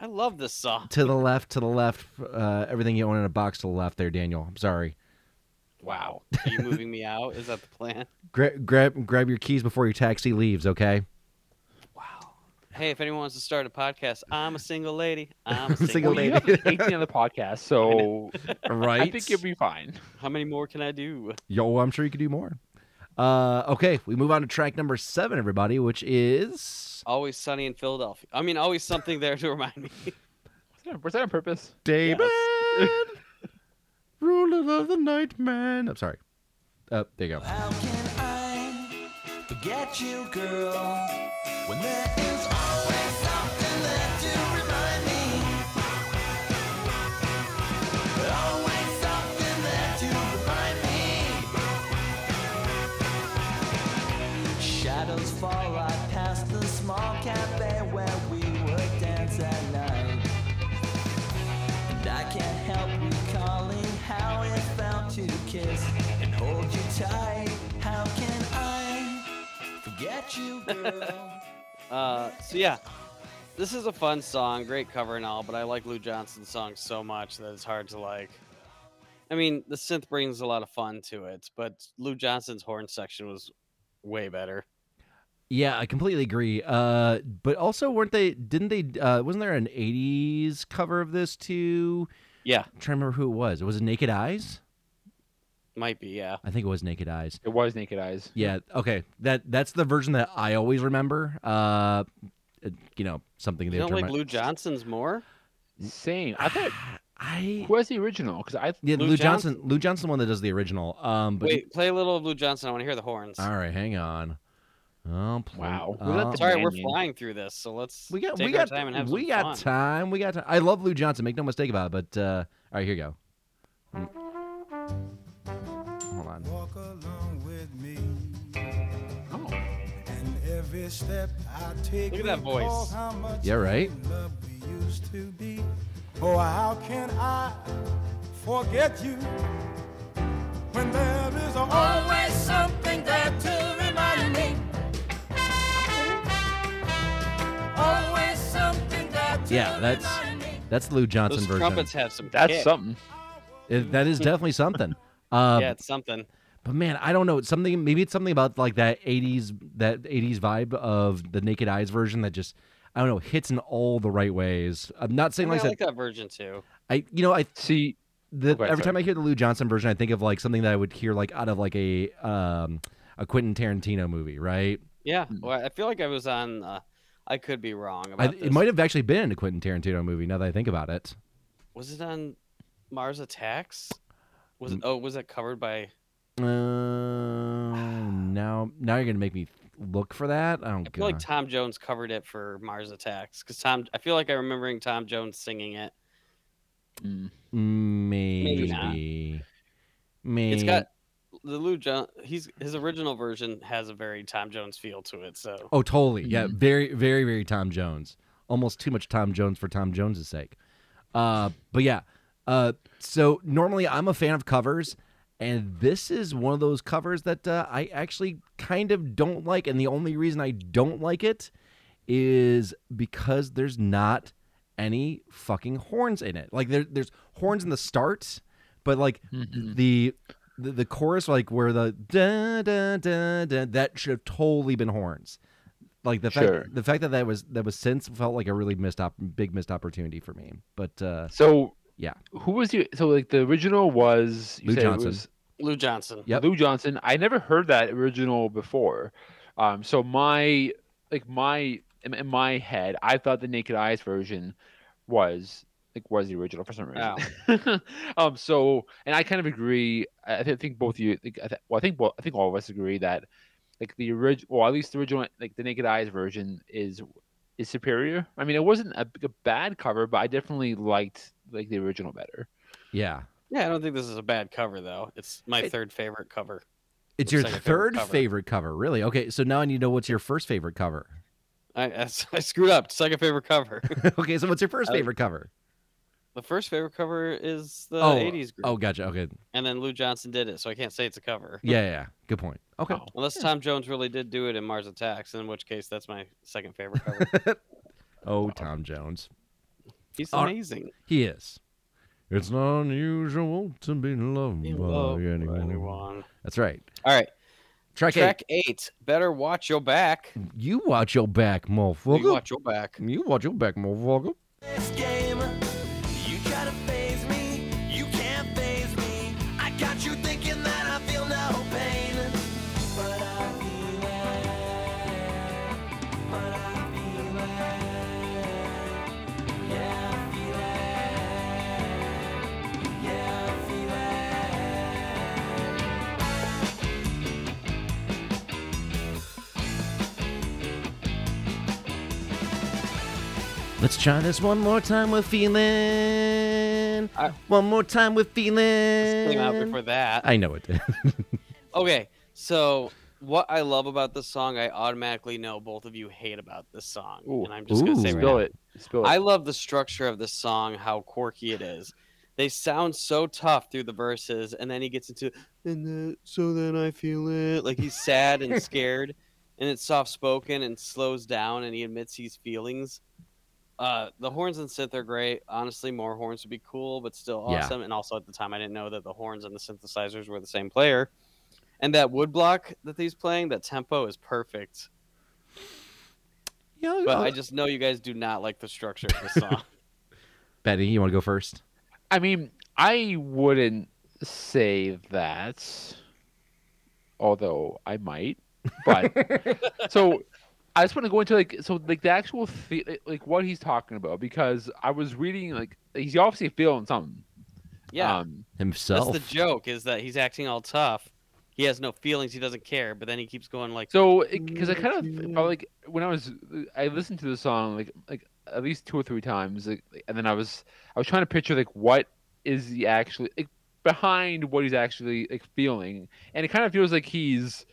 S1: I love this
S2: [laughs]
S1: song.
S2: To the left, to the left. Uh, everything you own in a box to the left. There, Daniel. I'm sorry.
S3: wow.
S1: Are you moving me out? Is that the plan?
S2: Gra- grab, grab your keys before your taxi leaves. Okay.
S1: Hey, if anyone wants to start a podcast, I'm a single lady. I'm a
S2: [laughs]
S1: single,
S2: Single Go
S3: Well, you
S1: lady.
S2: lady.
S3: have 18
S2: [laughs]
S3: on the podcast, so
S2: Right.
S3: [laughs] I think you'll be fine.
S1: [laughs] How many more can I do?
S2: Yo, oh, I'm sure you could do more. Uh, okay, we move on to track number seven, everybody, which is
S1: Always sunny in Philadelphia. I mean, always something there to [laughs] remind me.
S3: Was that on purpose?
S2: David, [laughs] ruler of the night man. I'm sorry. Uh, there you go.
S4: How can I forget you, girl? When there is always something there to remind me. Always something there to remind me. Shadows fall right past the small cafe where we would dance at night. And I can't help recalling how it felt to kiss and hold you tight. How can I forget you, girl? [laughs]
S1: Uh, so yeah, this is a fun song, great cover and all, but I like Lou Johnson's songs so much that it's hard to like. I mean, the synth brings a lot of fun to it, but Lou Johnson's horn section was way better.
S2: Yeah, I completely agree. Uh, but also, weren't they? Didn't they? Uh, wasn't there an '80s cover of this too?
S1: Yeah,
S2: I'm trying to remember who it was. It was it Naked Eyes.
S1: might be. Yeah,
S2: I think it was Naked Eyes.
S3: It was Naked Eyes.
S2: Yeah. Okay. That that's the version that I always remember. Uh, it- you know, something
S1: you
S2: they
S1: don't
S2: have
S1: like
S2: to remind-
S1: Lou Johnson's more.
S3: Same. I thought
S2: [sighs] I
S3: who was the original? Because I
S2: yeah, Lou,
S1: Lou
S2: Johnson. Lou Johnson, the one that does the original. Um, but
S1: Wait, play a little of Lou Johnson. I want to hear the horns.
S2: all right, hang on. Oh, pl-
S3: Wow.
S2: oh,
S3: We let the-
S1: Sorry, we're
S3: Man.
S1: flying through this, so let's
S2: we got
S1: take
S2: we
S1: our
S2: got
S1: time and have
S2: we
S1: some
S2: got
S1: fun.
S2: time. We got time. I love Lou Johnson. Make no mistake about it. But uh, all right, here you go. Hold on.
S5: Walk along with me,
S3: oh,
S5: and every step I take,
S1: Look at that
S5: recall
S1: voice.
S5: How much
S2: Yeah, right?
S5: in love we used to be. Oh, how can I forget you when there is always
S4: Always something there to remind me. Always something there to
S2: Yeah, that's
S4: remind me.
S2: that's the Lou Johnson
S1: Those
S2: version.
S1: trumpets have some.
S3: that's
S1: kick.
S3: something.
S2: It- that is definitely something. Uh,
S1: [laughs] Yeah, it's something.
S2: But man, I don't know. It's something maybe it's something about like that '80s that '80s vibe of the Naked Eyes version that just I don't know hits in all the right ways. I'm not
S1: I,
S2: saying
S1: mean, I
S2: like that.
S1: like that version too.
S2: I you know I
S3: See,
S2: the,
S3: Okay,
S2: every
S3: sorry.
S2: time I hear the Lou Johnson version, I think of like something that I would hear like out of like a um a Quentin Tarantino movie, right?
S1: Yeah, well, I feel like I was on. Uh, I could be wrong
S2: Hmm. I,
S1: about
S2: it
S1: this.
S2: might have actually been a Quentin Tarantino movie. Now that I think about it,
S1: Was it on Mars Attacks? Was it?
S2: Mm.
S1: Oh, was it covered by?
S2: uh, now now you're gonna make me look for that. Oh, I don't
S1: I feel like Tom Jones covered it for Mars Attacks because Tom. I feel like I'm remembering Tom Jones singing it.
S3: mm,
S2: maybe.
S1: not.
S2: Maybe.
S1: It's got the Lou John. He's his original version has a very Tom Jones feel to it. So
S2: Oh, totally. Yeah, very, very, very Tom Jones. Almost too much Tom Jones for Tom Jones's sake. Uh, but yeah. Uh, so normally I'm a fan of covers, and this is one of those covers that uh, I actually kind of don't like. And the only reason I don't like it is because there's not any fucking horns in it. Like there, there's horns in the start, but like the, the the chorus, like where the da da da da, that should have totally been horns. Like the fact
S3: Sure.
S2: the fact that that was that was since felt like a really missed op- big missed opportunity for me. But uh
S3: so
S2: Yeah.
S3: who was the so like the original was you
S2: Lou
S3: said it
S2: Johnson.
S3: was
S1: Lou Johnson.
S2: Yep.
S3: Lou Johnson. I never heard that original before. Um, so my like my in, in my head, I thought the Naked Eyes version was like was the original for some reason. [laughs] um, so and I kind of agree. I, I think both you. Like, I th- well, I think both, I think all of us agree that like the original, well, at least the original, like the Naked Eyes version is is superior. I mean, it wasn't a, a bad cover, but I definitely liked like the original better.
S2: Yeah.
S1: Yeah, I don't think this is a bad cover though. It's my third favorite cover.
S2: It's
S1: Looks
S2: your
S1: like a favorite
S2: third
S1: cover.
S2: favorite cover, really? Okay, so now I need to know what's your first favorite cover. [laughs]
S1: I, [laughs] I, I screwed up. Second favorite cover.
S2: okay, so what's your first
S1: I like-
S2: favorite cover?
S1: the first favorite cover is the
S2: oh,
S1: 80s group.
S2: Oh, gotcha. Okay,
S1: And then Lou Johnson did it, so I can't say it's a cover.
S2: yeah, yeah, yeah. good point. Okay,
S3: Oh.
S1: Unless Tom Jones really did do it in Mars Attacks, in which case that's my second favorite cover. [laughs]
S2: oh, Tom Jones,
S1: He's
S2: All right.
S1: amazing.
S2: he is. It's not unusual to be loved
S1: You
S2: by
S1: love
S2: anyone.
S1: anyone.
S2: That's right.
S1: All right,
S2: Track,
S1: track eight. Better watch your back.
S2: eight. You watch your back, motherfucker.
S1: You watch your back.
S2: You watch your back, motherfucker.
S4: this game. You try to phase me, you can't phase me. I got you thinking that I feel no pain. But I feel it. But I feel it. Yeah, I feel it. Yeah, I feel
S2: Let's try this one more time with feeling.
S1: I-
S2: one more time with
S1: This
S2: feeling.
S1: Came out before that.
S2: I know it did. [laughs]
S1: Okay, so what I love about this song, I automatically know both of you hate about this song,
S3: Ooh.
S1: and I'm just gonna say
S2: Ooh.
S1: right
S3: Spill
S1: now,
S3: it. Spill it.
S1: I love the structure of this song, how quirky it is. They sound so tough through the verses, and then he gets into and uh, so then I feel it like he's sad and scared, and it's soft spoken and slows down, and he admits he's feelings. Uh, the horns and synth are great. Honestly, more horns would be cool, but still
S2: Yeah.
S1: awesome. And also at the time, I didn't know that the horns and the synthesizers were the same player. And that woodblock that he's playing, that tempo is perfect.
S2: yeah,
S1: But
S2: uh, [laughs]
S1: I just know you guys do not like the structure of the song. [laughs]
S2: Betty, you want to go first?
S3: I mean, I wouldn't say that, although I might. But so I just want to go into like so like the actual the- like what he's talking about because I was reading like he's obviously feeling something.
S1: Yeah.
S3: Um,
S1: That's
S2: Himself.
S1: the joke is that he's acting all tough. He has no feelings. He doesn't care. But then he keeps going like,
S3: so because I kind of felt like when I was I listened to the song like like at least two or three times like, and then I was I was trying to picture like what is he actually like, behind what he's actually like feeling and it kind of feels like he's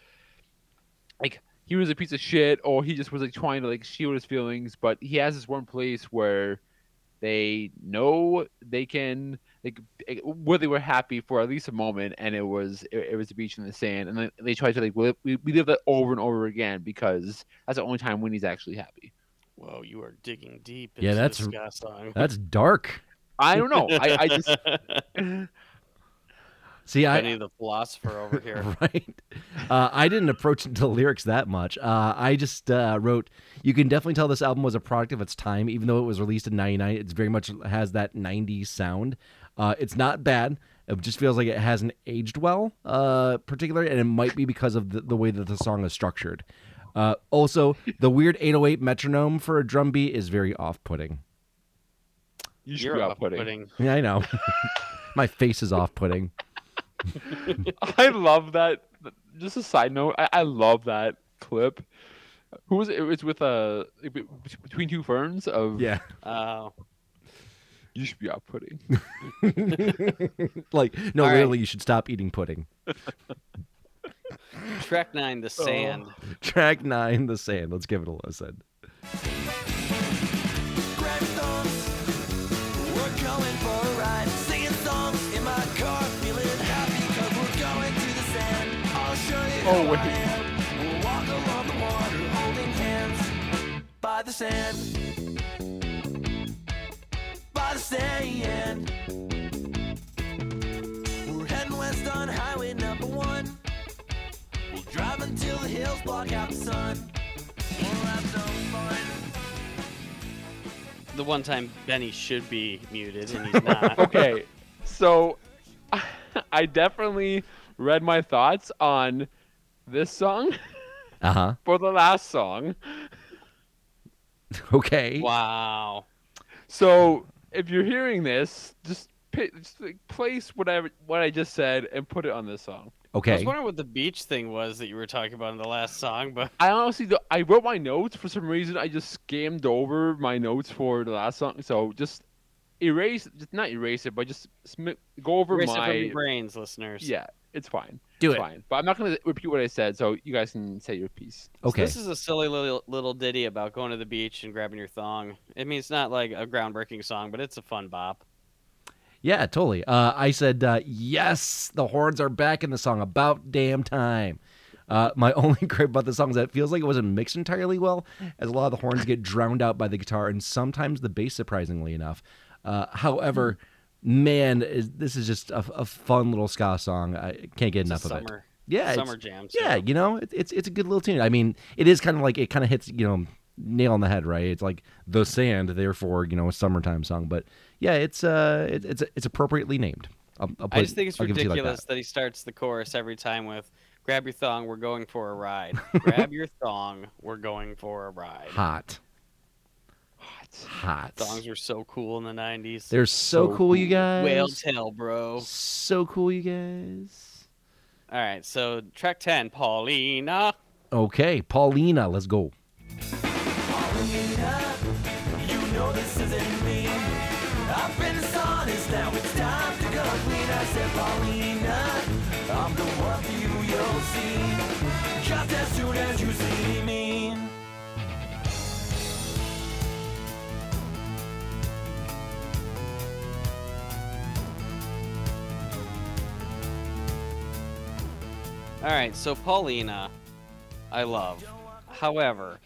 S3: like he was a piece of shit or he just was like trying to like shield his feelings but he has this one place where they know they can like eh, where they were happy for at least a moment and it was it, it was the beach and the sand and then they tried to like we, we we live that over and over again because that's the only time when he's actually happy
S1: "Whoa, you are digging deep." Into
S2: Yeah, that's-
S1: this ska song.
S2: That's dark.
S3: i don't know i, I just
S2: See, I,
S1: Benny the philosopher
S2: [laughs]
S1: over here.
S2: right? Uh, I didn't approach the lyrics that much. Uh, I just uh, wrote. You can definitely tell this album was a product of its time, even though it was released in '99. It's very much has that '90s sound. Uh, it's not bad. It just feels like it hasn't aged well, uh, particularly, and it might be because of the, the way that the song is structured. Uh, also, the weird 808 metronome for a drum beat is very off-putting.
S3: you should
S1: You're
S3: be
S1: off
S3: off-putting.
S1: putting.
S2: Yeah, I know. [laughs] My face is off-putting.
S3: [laughs] I love that. Just a side note, I, I love that clip. Who was it? It was with uh, be- between two ferns of
S2: Yeah.
S1: Oh,
S3: You should be out putting.
S2: [laughs] like no,
S1: All right.
S2: literally, you should stop eating pudding.
S1: track
S2: Oh.
S1: nine, the sand.
S2: Track nine, the sand. Let's give it a listen.
S4: Grab thumbs, we're going for a ride. Singing songs in my car, feeling happy we we're going to the sand. I'll show you
S3: Oh,
S4: who
S3: wait.
S4: I am. We'll walk along the water, holding hands by the sand. By the sand. We're heading west on highway number one. We'll drive until the hills block out the sun. We'll have some fun.
S1: The one time Benny should be muted and
S2: [laughs]
S1: he's not.
S3: Okay, so [laughs] I definitely read my thoughts on this song. [laughs]
S2: Uh huh.
S3: for the last song.
S2: Okay.
S1: Wow.
S3: So if you're hearing this, just, pi- just like, place whatever what I just said and put it on this song.
S1: I was
S2: Okay.
S1: wondering what the beach thing was that you were talking about in the last song, but
S3: I honestly, don't- I wrote my notes for some reason. I just skimmed over my notes for the last song, so just erase, just not erase it, but just sm- go over
S1: erase it
S3: my
S1: from your brains, listeners.
S3: yeah. It's fine.
S2: Do
S3: it's
S2: it.
S3: Fine. But I'm not gonna repeat what I said, so you guys can say your piece.
S1: So
S2: Okay.
S1: this is a silly little little ditty about going to the beach and grabbing your thong. I mean, it's not like a groundbreaking song, but it's a fun bop.
S2: Yeah, totally. Uh, I said, uh, yes, the horns are back in the song about damn time. Uh, my [laughs] only gripe about the song is that it feels like it wasn't mixed entirely well, as a lot of the horns get drowned out by the guitar and sometimes the bass, surprisingly enough. Uh, however, man, is, this is just a, a fun little ska song. I can't get
S1: It's a
S2: enough of
S1: summer,
S2: it. Yeah,
S1: summer
S2: it's,
S1: jam.
S2: yeah,
S1: so-
S2: you know, it, it's it's a good little tune. I mean, it is kind of like it kind of hits you know nail on the head, right? It's like the sand, therefore you know a summertime song. But yeah, it's uh it, it's it's appropriately named. I'll, I'll put
S1: I just
S2: it-
S1: think it's
S2: I'll give it to you like
S1: ridiculous that. he starts the chorus every time with "Grab your thong, we're going for a ride.
S2: [laughs]
S1: Grab your thong, we're going for a
S2: that.
S1: ride."
S2: Hot,
S3: What?
S2: hot.
S1: Thongs were so cool in the '90s.
S2: They're so,
S3: so
S2: cool, you guys.
S1: Whale tail, bro.
S2: So cool, you guys.
S1: All right, so track ten, Paulina.
S2: Okay, Paulina, let's go.
S4: You know this isn't me. I've been dishonest, now it's time to go clean. I said, Paulina, I'm the one for you, you'll see. Just as soon as you see me.
S1: All right, so Paulina, I love. However,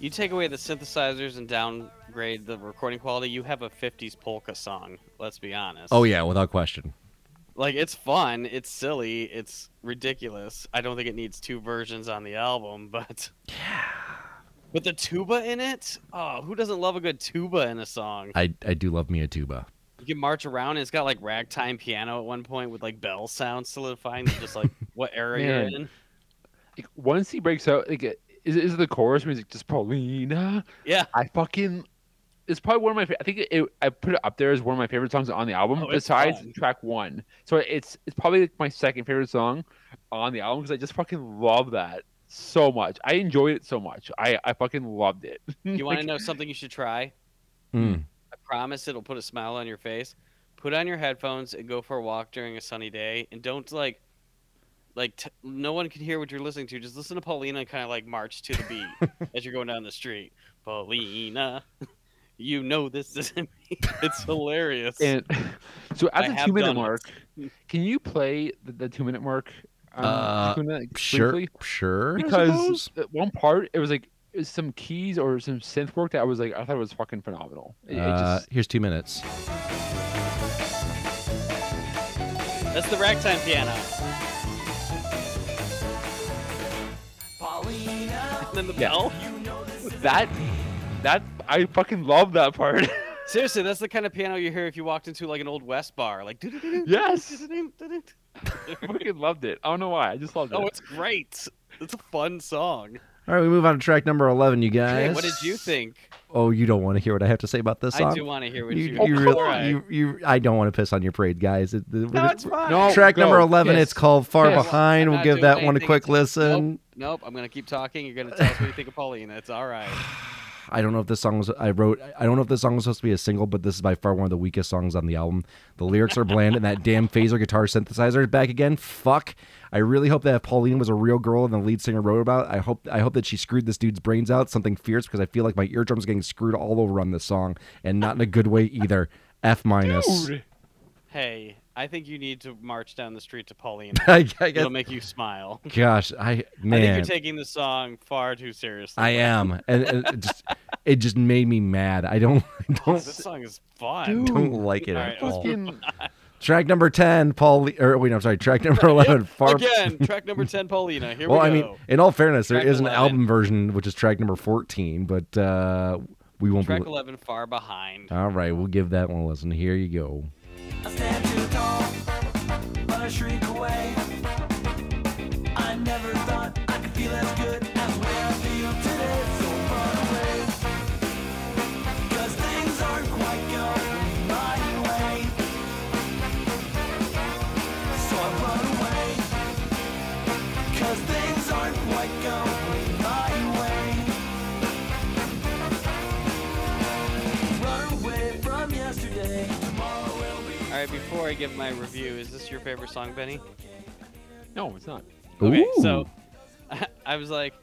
S1: you take away the synthesizers and downgrade the recording quality, you have a '50s polka song. Let's be honest.
S2: Oh yeah, without question.
S1: like it's fun it's silly it's ridiculous i don't think it needs two versions on the album [laughs] but yeah but the tuba in it oh who doesn't love a good tuba in a song
S2: I I do love me a tuba.
S1: you can march around and it's got like ragtime piano at one point with like bell sounds solidifying just like what era
S3: Man.
S1: you're in
S3: Like, once he breaks out, like is is the chorus music just Paulina?
S1: yeah
S3: I fucking. It's probably one of my. fa- I think it, I put it up there as one of my favorite songs on the album,
S1: Oh, it's
S3: besides
S1: fun.
S3: track one. So it's it's probably like my second favorite song on the album because I just fucking love that so much. I enjoyed it so much. I I fucking
S1: [laughs]
S3: loved it.
S1: you want to
S3: Like,
S1: know something you should try
S2: Mm.
S1: i promise it'll put a smile on your face put on your headphones and go for a walk during a sunny day and don't like like t- no one can hear what you're listening to just listen to paulina and kind of like march to the beat as you're going down the street paulina [laughs] you know this isn't [laughs] me it's hilarious
S3: And [laughs] so
S1: I
S3: at the
S1: have
S3: two minute
S1: done it. [laughs]
S3: mark, can you play the, the two minute mark? Um,
S2: Uh,
S3: Hakuna, like,
S2: Sure,
S3: briefly?
S2: sure. I
S3: because
S2: suppose.
S3: at one part it was like it was some keys or some synth work that I was like I thought it was fucking phenomenal. It, it
S2: Uh,
S3: just,
S2: here's two minutes.
S1: that's the ragtime piano
S4: Paulina,
S1: [laughs] and then the
S3: Yeah.
S1: bell
S4: you know this is
S3: that that I fucking love that part. [laughs]
S1: seriously that's the kind of piano you hear if you walked into like an old west bar like [laughs]
S3: yes, I fucking loved it. I don't know why. I just loved it.
S1: oh it's great it's a fun song
S2: All right, we move on to track number eleven, you guys.
S1: Jay, what did you think
S2: Oh, you don't want to hear what I have to say about this song.
S1: i do want to hear what
S2: you,
S1: you,
S2: you,
S1: oh,
S2: really-
S1: all right.
S2: you, you, I don't want to piss on your parade, guys. It- the-
S1: no, it's fine.
S3: no,
S2: track
S3: go.
S2: number eleven.
S3: Yes.
S2: It's called "Far
S3: Yes.
S2: Behind."
S1: I'm
S2: We'll
S1: not
S2: give
S1: doing
S2: that one a
S1: anything
S2: quick
S1: until-
S2: listen.
S1: Nope, nope, I'm gonna keep talking. You're gonna tell us what you think of Paulina. It's all right.
S2: I don't know if this song was. I wrote. I don't know if this song was supposed to be a single, but this is by far one of the weakest songs on the album. The lyrics are bland, and that damn phaser guitar synthesizer is back again. Fuck. I really hope that if Pauline was a real girl and the lead singer wrote about. it, I hope. I hope that she screwed this dude's brains out something fierce because I feel like my eardrums are getting screwed all over on this song, and not in a good way either. F minus.
S3: Dude.
S1: Hey, I think you need to march down the street to Paulina.
S2: [laughs] [laughs] I, I guess
S1: It'll make you smile.
S2: Gosh, I
S1: I think you're
S2: man, I,
S1: taking the song far too seriously.
S2: am, and, and it just it just made me mad. I don't, [laughs] I
S1: This
S2: don't,
S1: song is fun.
S3: Dude.
S2: don't like it
S1: All right,
S2: at all.
S3: Fucking,
S2: Track number ten, Paul. Or wait, no, I'm sorry. Track
S1: [laughs]
S2: number eleven, far. [laughs]
S1: Again, track number ten, Paulina. Here
S2: well,
S1: we
S2: I
S1: go.
S2: mean, in all fairness, there
S1: Track
S2: is an
S1: 11.
S2: album version, which is track number fourteen, but uh we won't
S1: track
S2: be.
S1: eleven, far behind.
S2: All right, we'll give that one a listen. Here you go.
S4: I stand too tall, but I shrink away. I never thought I could feel as good as run away. 'Cause things aren't quite going my way. Run away from yesterday. Tomorrow will be.
S1: All right, before I give my review, is this your favorite song, Benny?
S3: No, it's not.
S1: Okay,
S2: Ooh.
S1: so [laughs] I was like,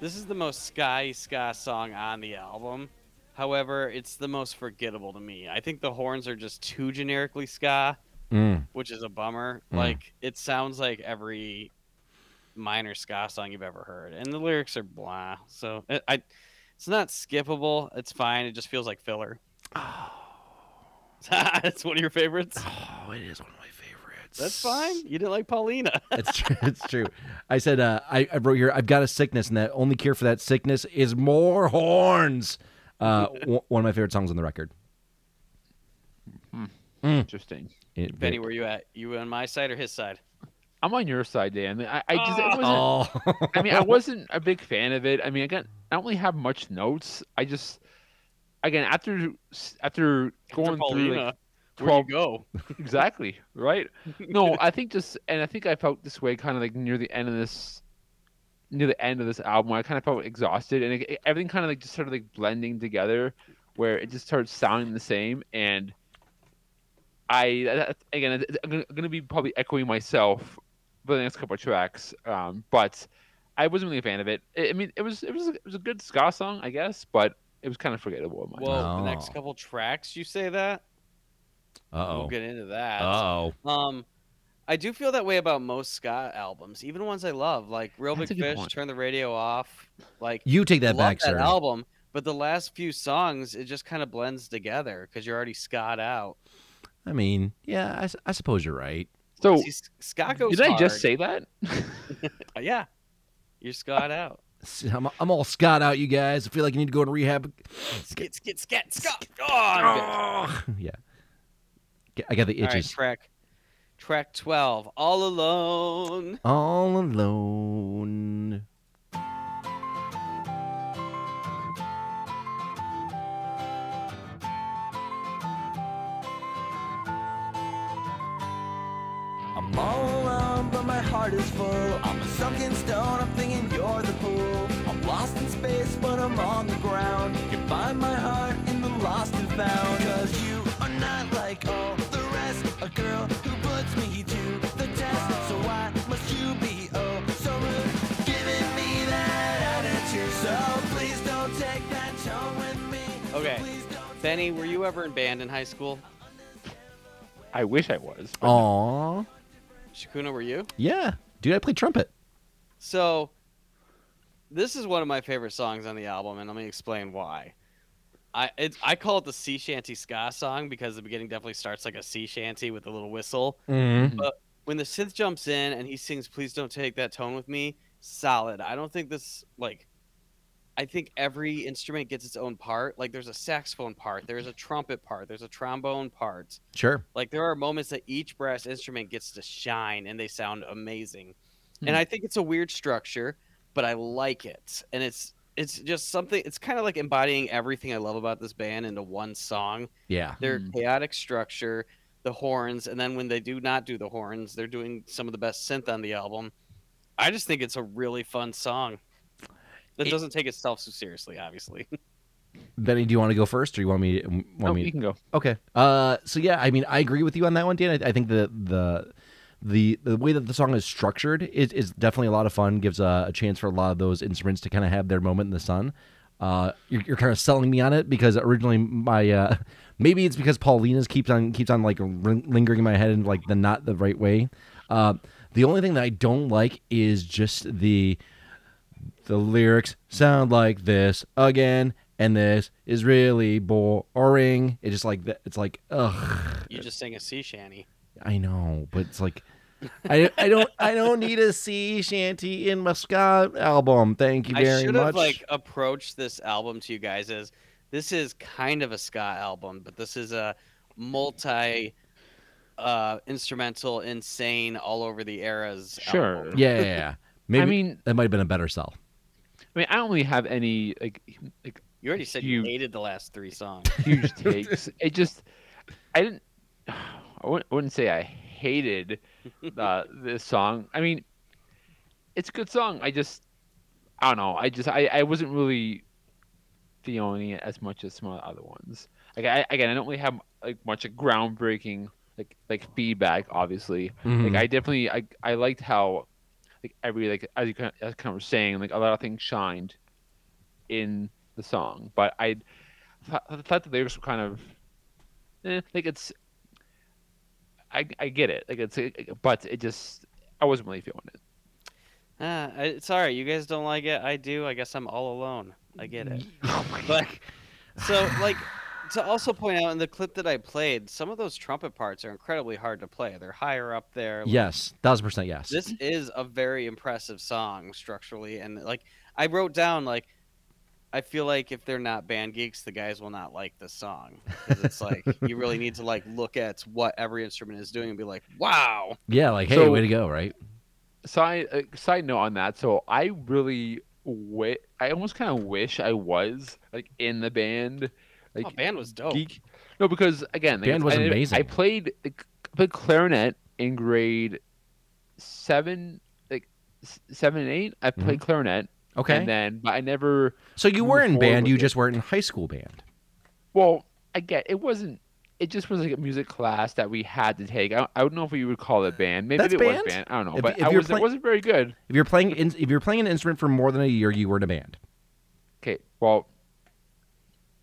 S1: this is the most sky ska song on the album. However, it's the most forgettable to me. I think the horns are just too generically ska,
S2: Mm.
S1: which is a bummer.
S2: Mm.
S1: Like it sounds like every minor ska song you've ever heard, and the lyrics are blah. So I, I it's not skippable. It's fine. It just feels like filler. [sighs] [laughs] it's one of your favorites.
S2: Oh, it is one of my favorites.
S1: That's fine. You didn't like Paulina.
S2: [laughs] It's true. It's true. [laughs] I said uh, I, I wrote here. I've got a sickness, and that only cure for that sickness is more horns.
S1: [laughs]
S2: Uh, w- one of my favorite songs on the record.
S3: Interesting.
S2: It-
S1: Benny, where you at? You on my side or his side?
S3: I'm on your side, Dan. I, I just it wasn't,
S2: Oh,
S3: I mean, I wasn't a big fan of it. I mean, I got I don't really have much notes. I just again after after going through
S1: Paulina,
S3: like,
S1: where
S3: 12
S1: you go?
S3: exactly
S1: [laughs]
S3: right. No, I think just and I think I felt this way kind of like near the end of this near the end of this album. I kind of felt exhausted and it, it- everything kind of like just started like blending together, where it just started sounding the same. And I that- again I'm gonna, I'm gonna be probably echoing myself for the next couple of tracks, um, but. I wasn't really a fan of it. I I mean, it was it was it was a good ska song, I guess, but it was kind of forgettable. In my
S1: Well, the
S2: No.
S1: next couple tracks, you say that. We'll
S2: [laughs] oh,
S1: get into that.
S2: oh.
S1: Um, I do feel that way about most Scott albums, even ones I love, like Real
S3: That's a
S1: Big
S3: good
S1: Fish,
S3: point.
S1: Turn the Radio Off. Like
S2: You take that
S1: love
S2: back,
S1: that
S2: sir.
S1: album, but the last few songs, it just kind of blends together because you're already Scott out.
S2: I mean, yeah, I, s- I suppose you're right.
S3: so
S1: See, S- Scott goes.
S3: Oh, did I just
S1: hard.
S3: say that?
S1: Uh, Yeah, you're Scott out.
S2: S- I'm, I'm all Scott out, you guys. I feel like you need to go to rehab. [laughs]
S1: Skit, skit, skat, Scott. Oh, I'm good.
S2: yeah, G- I got the
S1: All right,
S2: itches.
S1: track, track twelve, All Alone.
S2: All alone.
S4: I'm all alone, but my heart is full. I'm a sunken stone, I'm thinking you're the pool. I'm lost in space, but I'm on the ground. You find my heart in the lost and found. Cause you are not like all the rest. A girl who puts me to the test. So why must you be oh so rude? Giving me that attitude. So please don't take that tone with me. So
S1: Okay.
S4: please don't
S1: Benny, were you ever in band in high school?
S3: I wish I was. but no.
S2: Aw,
S1: Shakuna, were you?
S2: yeah, dude, I play trumpet.
S1: So, this is one of my favorite songs on the album, and let me explain why. I it, I call it the sea shanty ska song because the beginning definitely starts like a sea shanty with a little whistle.
S2: Mm.
S1: When the synth jumps in and he sings "Please Don't Take That Tone with Me," solid. I don't think this like. I think every instrument gets its own part. Like there's a saxophone part, there's a trumpet part, there's a trombone part.
S2: Sure.
S1: Like there are moments that each brass instrument gets to shine and they sound amazing.
S3: Hmm.
S1: And I think it's a weird structure, but I like it. And it's it's just something it's kind of like embodying everything I love about this band into one song.
S2: Yeah.
S1: Their
S3: Hmm.
S1: chaotic structure, the horns, and then when they do not do the horns, they're doing some of the best synth on the album. I just think it's a really fun song. That
S2: It-
S1: doesn't take itself so seriously, obviously. [laughs]
S2: Benny, do you want to go first, or you want me? Want
S3: No,
S2: me?
S3: Oh, you can go.
S2: Okay. Uh, so yeah, I mean, I agree with you on that one, Dan. I, I think the the the the way that the song is structured is, is definitely a lot of fun. Gives a, a chance for a lot of those instruments to kind of have their moment in the sun. Uh, you're, you're kind of selling me on it because originally my uh, [laughs] maybe it's because Paulina's keeps on keeps on like rin- lingering in my head in like the not the right way. Uh, the only thing that I don't like is just the the lyrics sound like this again, and this is really boring. It's just like that. It's like ugh.
S1: you just sang a sea shanty.
S2: I know, but it's like I, I don't I don't need a sea shanty in my ska album. Thank you
S1: I
S2: very
S1: should
S2: much.
S1: have like approached this album to you guys as this is kind of a ska album, but this is a multi uh instrumental insane all over the eras
S3: Sure.
S1: album.
S2: yeah, yeah, yeah. Maybe
S3: I mean,
S2: that might have been a better sell.
S3: I mean, I don't really have any like, like
S1: you already said
S3: You-
S1: you hated the last three songs [laughs]
S3: [sighs] huge takes. It just, I didn't. I wouldn't, I wouldn't say I hated uh, this song. I mean, it's a good song. I just, I don't know. I just, I, I wasn't really feeling it as much as some of the other ones. Like, I, again, I don't really have like much groundbreaking like like feedback. Obviously,
S1: Hmm.
S3: like I definitely, I, I liked how like every like as you kind of, as kind of were saying, like a lot of things shined in the song, but I thought, I thought the lyrics were kind of eh, like it's. I, I get it, like it's, but it just I wasn't really feeling it. [laughs]
S1: Ah, I, sorry, you guys don't like it. I do. I guess I'm all alone. I get
S3: [laughs]
S1: it.
S3: Oh my
S1: But so like to also point out in the clip that I played, some of those trumpet parts are incredibly hard to play. They're higher up there. like,
S2: Yes, thousand percent yes.
S1: This is a very impressive song structurally, and like I wrote down, like I feel like if they're not band geeks, the guys will not like this song because it's like you really need to like look at what every instrument is doing and be like, wow.
S2: yeah, like hey,
S3: So-
S2: way to go, right?
S3: side uh, side note on that. So I really wi- I almost kind of wish I was like in the band, like
S1: Oh, band was dope.
S3: geek. No, because again, like,
S2: Band was
S3: I, didn't-
S2: amazing.
S3: I played like, I played clarinet in grade seven, like s- seven and eight. I played clarinet,
S2: Mm-hmm. Okay.
S3: and then but I never.
S2: so you
S3: move
S2: were in
S3: forward
S2: band,
S3: with
S2: you
S3: it.
S2: just weren't in high school band.
S3: Well, I get it wasn't. It just was like a music class that we had to take. I, I don't know if we would call it band. Maybe
S2: That's
S3: it
S2: band?
S3: was band. I don't know,
S2: If-
S3: but
S2: if
S3: I
S2: you're
S3: was,
S2: play-
S3: it wasn't very good.
S2: If you're playing in, if you're playing an instrument for more than a year, you were in a band.
S3: Okay, well,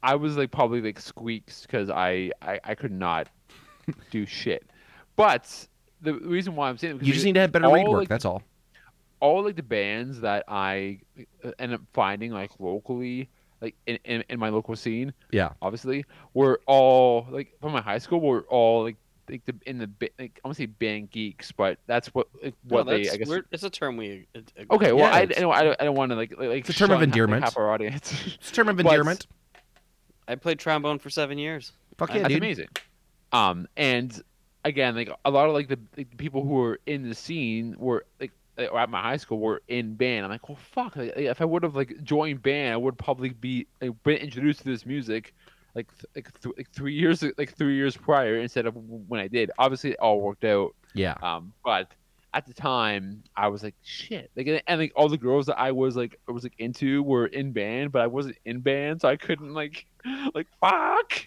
S3: I was like probably like squeaks because I, I I could not do shit. But the reason why I'm saying it, because
S2: You just need to have better
S3: all,
S2: lead work.
S3: like,
S2: that's all.
S3: all like the bands that I uh, end up finding like locally, like in, in, in my local scene,
S2: Yeah.
S3: obviously, were all like from my high school were all like like the in the ba- like I want to say band geeks, but that's what like,
S1: No,
S3: what they
S1: that's-
S3: I guess.
S1: we're- it's a term we. ag- ag-
S3: Okay, well,
S2: Yeah,
S3: I, I
S2: it's-
S3: don't I don't, I don't want to like like
S2: It's a term of
S3: shun half-
S2: endearment.
S3: half our audience. [laughs]
S2: It's a term of
S3: But-
S2: endearment.
S1: I played trombone for seven
S3: [laughs]
S1: years.
S2: Fuck yeah,
S3: that's
S2: dude.
S3: amazing. Um, and again, like a lot of like the, like, the people who were in the scene were like uh, or at my high school were in band. I'm like, well, fuck. Like, if I would have like joined band, I would probably be like, been introduced to this music like th- like, th- like three years like three years prior instead of when I did. Obviously, it all worked out.
S2: Yeah.
S3: Um, but at the time, I was like, shit. Like, and, and like all the girls that I was like, I was like into were in band, but I wasn't in band, so I couldn't like, [laughs] like fuck.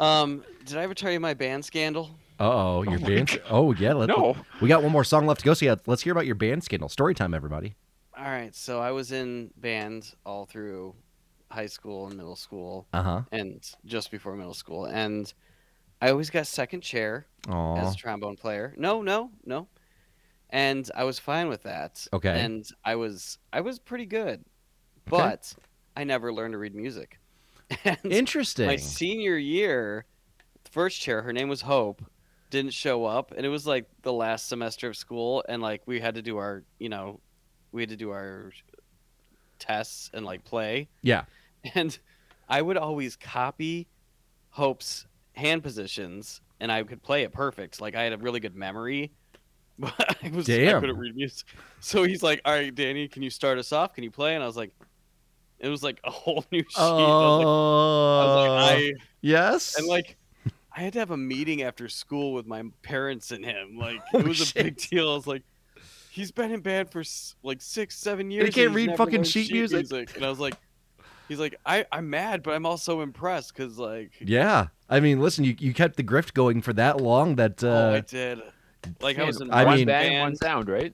S1: Um, did I ever tell you my band scandal?
S2: Uh oh, your
S3: my
S2: band. Oh yeah, let's.
S3: no.
S2: We got one more song left to go. So yeah, let's hear about your band scandal. Story time, everybody.
S1: All right, so I was in band all through high school and middle school,
S2: Uh huh.
S1: and just before middle school, and I always got second chair as
S2: Oh.
S1: a trombone player. No, no, no, and I was fine with that.
S2: Okay.
S1: and I was I was pretty good,
S2: Okay.
S1: but I never learned to read music. [laughs] And
S2: Interesting.
S1: my senior year, first chair, her name was Hope, didn't show up, and it was like the last semester of school, and like we had to do our, you know, we had to do our tests and like play,
S2: Yeah.
S1: [laughs] and I would always copy Hope's hand positions, and I could play it perfect. Like I had a really good memory. [laughs] But I was I
S2: Damn.
S1: couldn't read music, so he's like, "All right, Danny, can you start us off? Can you play?" And I was like, "It was like a whole new [laughs] sheet." I was like- I was like,
S2: Oh.
S1: "I
S2: Yes.
S1: and like, I had to have a meeting after school with my parents and him. Like, it
S2: Oh,
S1: was
S2: shit.
S1: a big deal. I was like, he's been in band for s- like six, seven years.
S2: he can't
S1: he's
S2: read
S1: never
S2: fucking
S1: learned
S2: sheet music."
S1: And I was like, he's like, I, I'm mad, but I'm also impressed because like,
S2: Yeah. I mean, listen, you, you kept the grift going for that long that
S1: oh, I
S2: uh,
S1: did. Like, I
S3: Man,
S1: was in
S2: I
S1: rock
S2: mean-
S3: one band, one
S1: band.
S3: sound, right?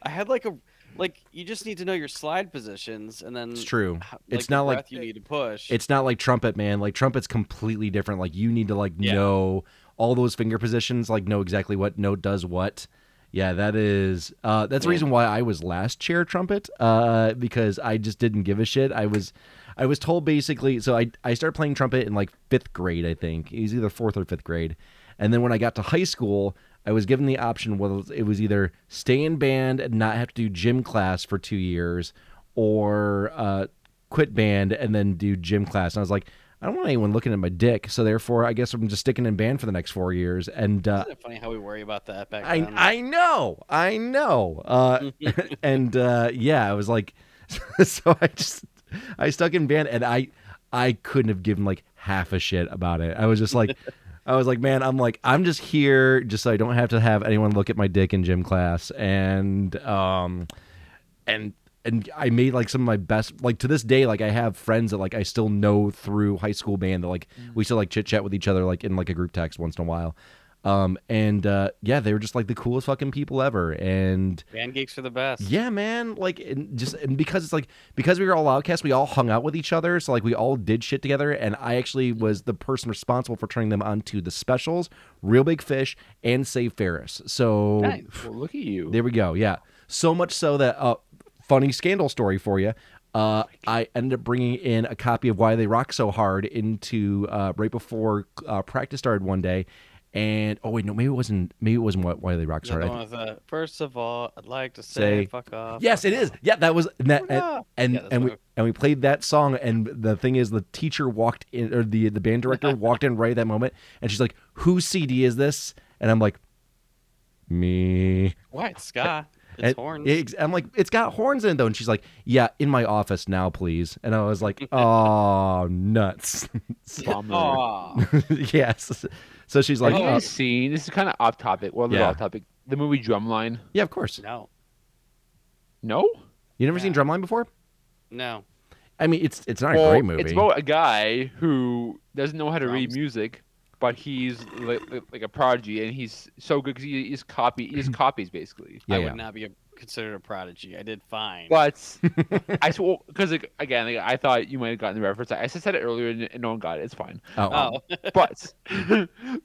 S1: I had like a, like you just need to know your slide positions and then
S2: it's true.
S1: h-
S2: It's
S1: the
S2: not like-
S1: breath you need to push.
S2: It's not like trumpet, man. Like trumpet's completely different. Like you need to like
S1: Yeah.
S2: know all those finger positions, like know exactly what note does what. Yeah, that is uh that's the
S1: Yeah.
S2: reason why I was last chair trumpet, uh, because I just didn't give a shit. I was I was told basically so I I started playing trumpet in like fifth grade, I think. It was either fourth or fifth grade. And then when I got to high school, I was given the option well it was either stay in band and not have to do gym class for two years or uh, quit band and then do gym class. And I was like, I don't want anyone looking at my dick, so therefore I guess I'm just sticking in band for the next four years. And uh,
S1: Isn't it funny how we worry about that back
S2: I
S1: then?
S2: I know, I know.
S1: [laughs]
S2: Uh, and uh, yeah, I was like, [laughs] so I just
S1: [laughs]
S2: I stuck in band, and I I couldn't have given like half a shit about it. I was just like. I was like, man, I'm like, I'm just here just so I don't have to have anyone look at my dick in gym class, and um, and and I made like some of my best. Like to this day, like I have friends that like I still know through high school band that like
S1: Mm.
S2: we still like chit chat with each other like in like a group text once in a while. Um, and uh, yeah, they were just like the coolest fucking people ever, and
S1: Band geeks are the best.
S2: yeah, man. Like, and just and because it's like because we were all outcasts, we all hung out with each other. So like we all did shit together. And I actually was the person responsible for turning them onto the specials, Real Big Fish, and Save Ferris. So
S3: Nice. Well, look at you.
S2: there we go. Yeah. So much so that uh, funny scandal story for you. Uh, I ended up bringing in a copy of Why They Rock So Hard into uh, right before uh, practice started one day, and oh wait, no, maybe it wasn't. Maybe it wasn't Why, Why They Rock
S1: Is
S2: So
S1: that the
S2: Hard. I
S1: one
S2: think-
S1: with the, first of all, I'd like to say,
S2: Say-
S1: fuck off.
S2: Yes, it is. Yeah, that was and that,
S1: Yeah.
S2: and and,
S1: Yeah, that's
S2: and we
S1: what-
S2: and we played that song. And the thing is, the teacher walked in, or the the band
S1: [laughs]
S2: director walked in right at that moment, and she's like, "Whose CD is this?" And I'm like, "Me." [laughs]
S1: Why? It's ska. It's
S2: And
S1: horns.
S2: ex- I'm like, "It's got horns in it though," and she's like, "Yeah, in my office now, please." And I was like, "Oh, nuts." [laughs]
S3: Bummer.
S1: Aw.
S2: yes. So she's
S3: Have
S2: like,
S3: you
S2: uh,
S3: guys seen? This is kind of off topic. Well, a little
S2: Yeah.
S3: off topic. The movie Drumline.
S2: "Yeah, of course."
S1: no,
S3: No.
S2: You never seen
S1: Yeah.
S2: Drumline before?
S1: no.
S2: I mean, it's it's not a
S3: Well,
S2: great movie.
S3: It's about a guy who doesn't know how to read
S1: Drums.
S3: music, but he's like, like a prodigy, and he's so good because he is copy.
S2: [laughs]
S3: He just copies basically.
S2: yeah,
S1: I
S2: yeah.
S1: would not be a, considered a prodigy. I did fine.
S2: [laughs]
S3: But I swore because like, again, like, I thought you might have gotten the reference. I, I said it earlier, and, and no one got it. It's fine.
S2: Oh,
S1: oh, [laughs]
S3: But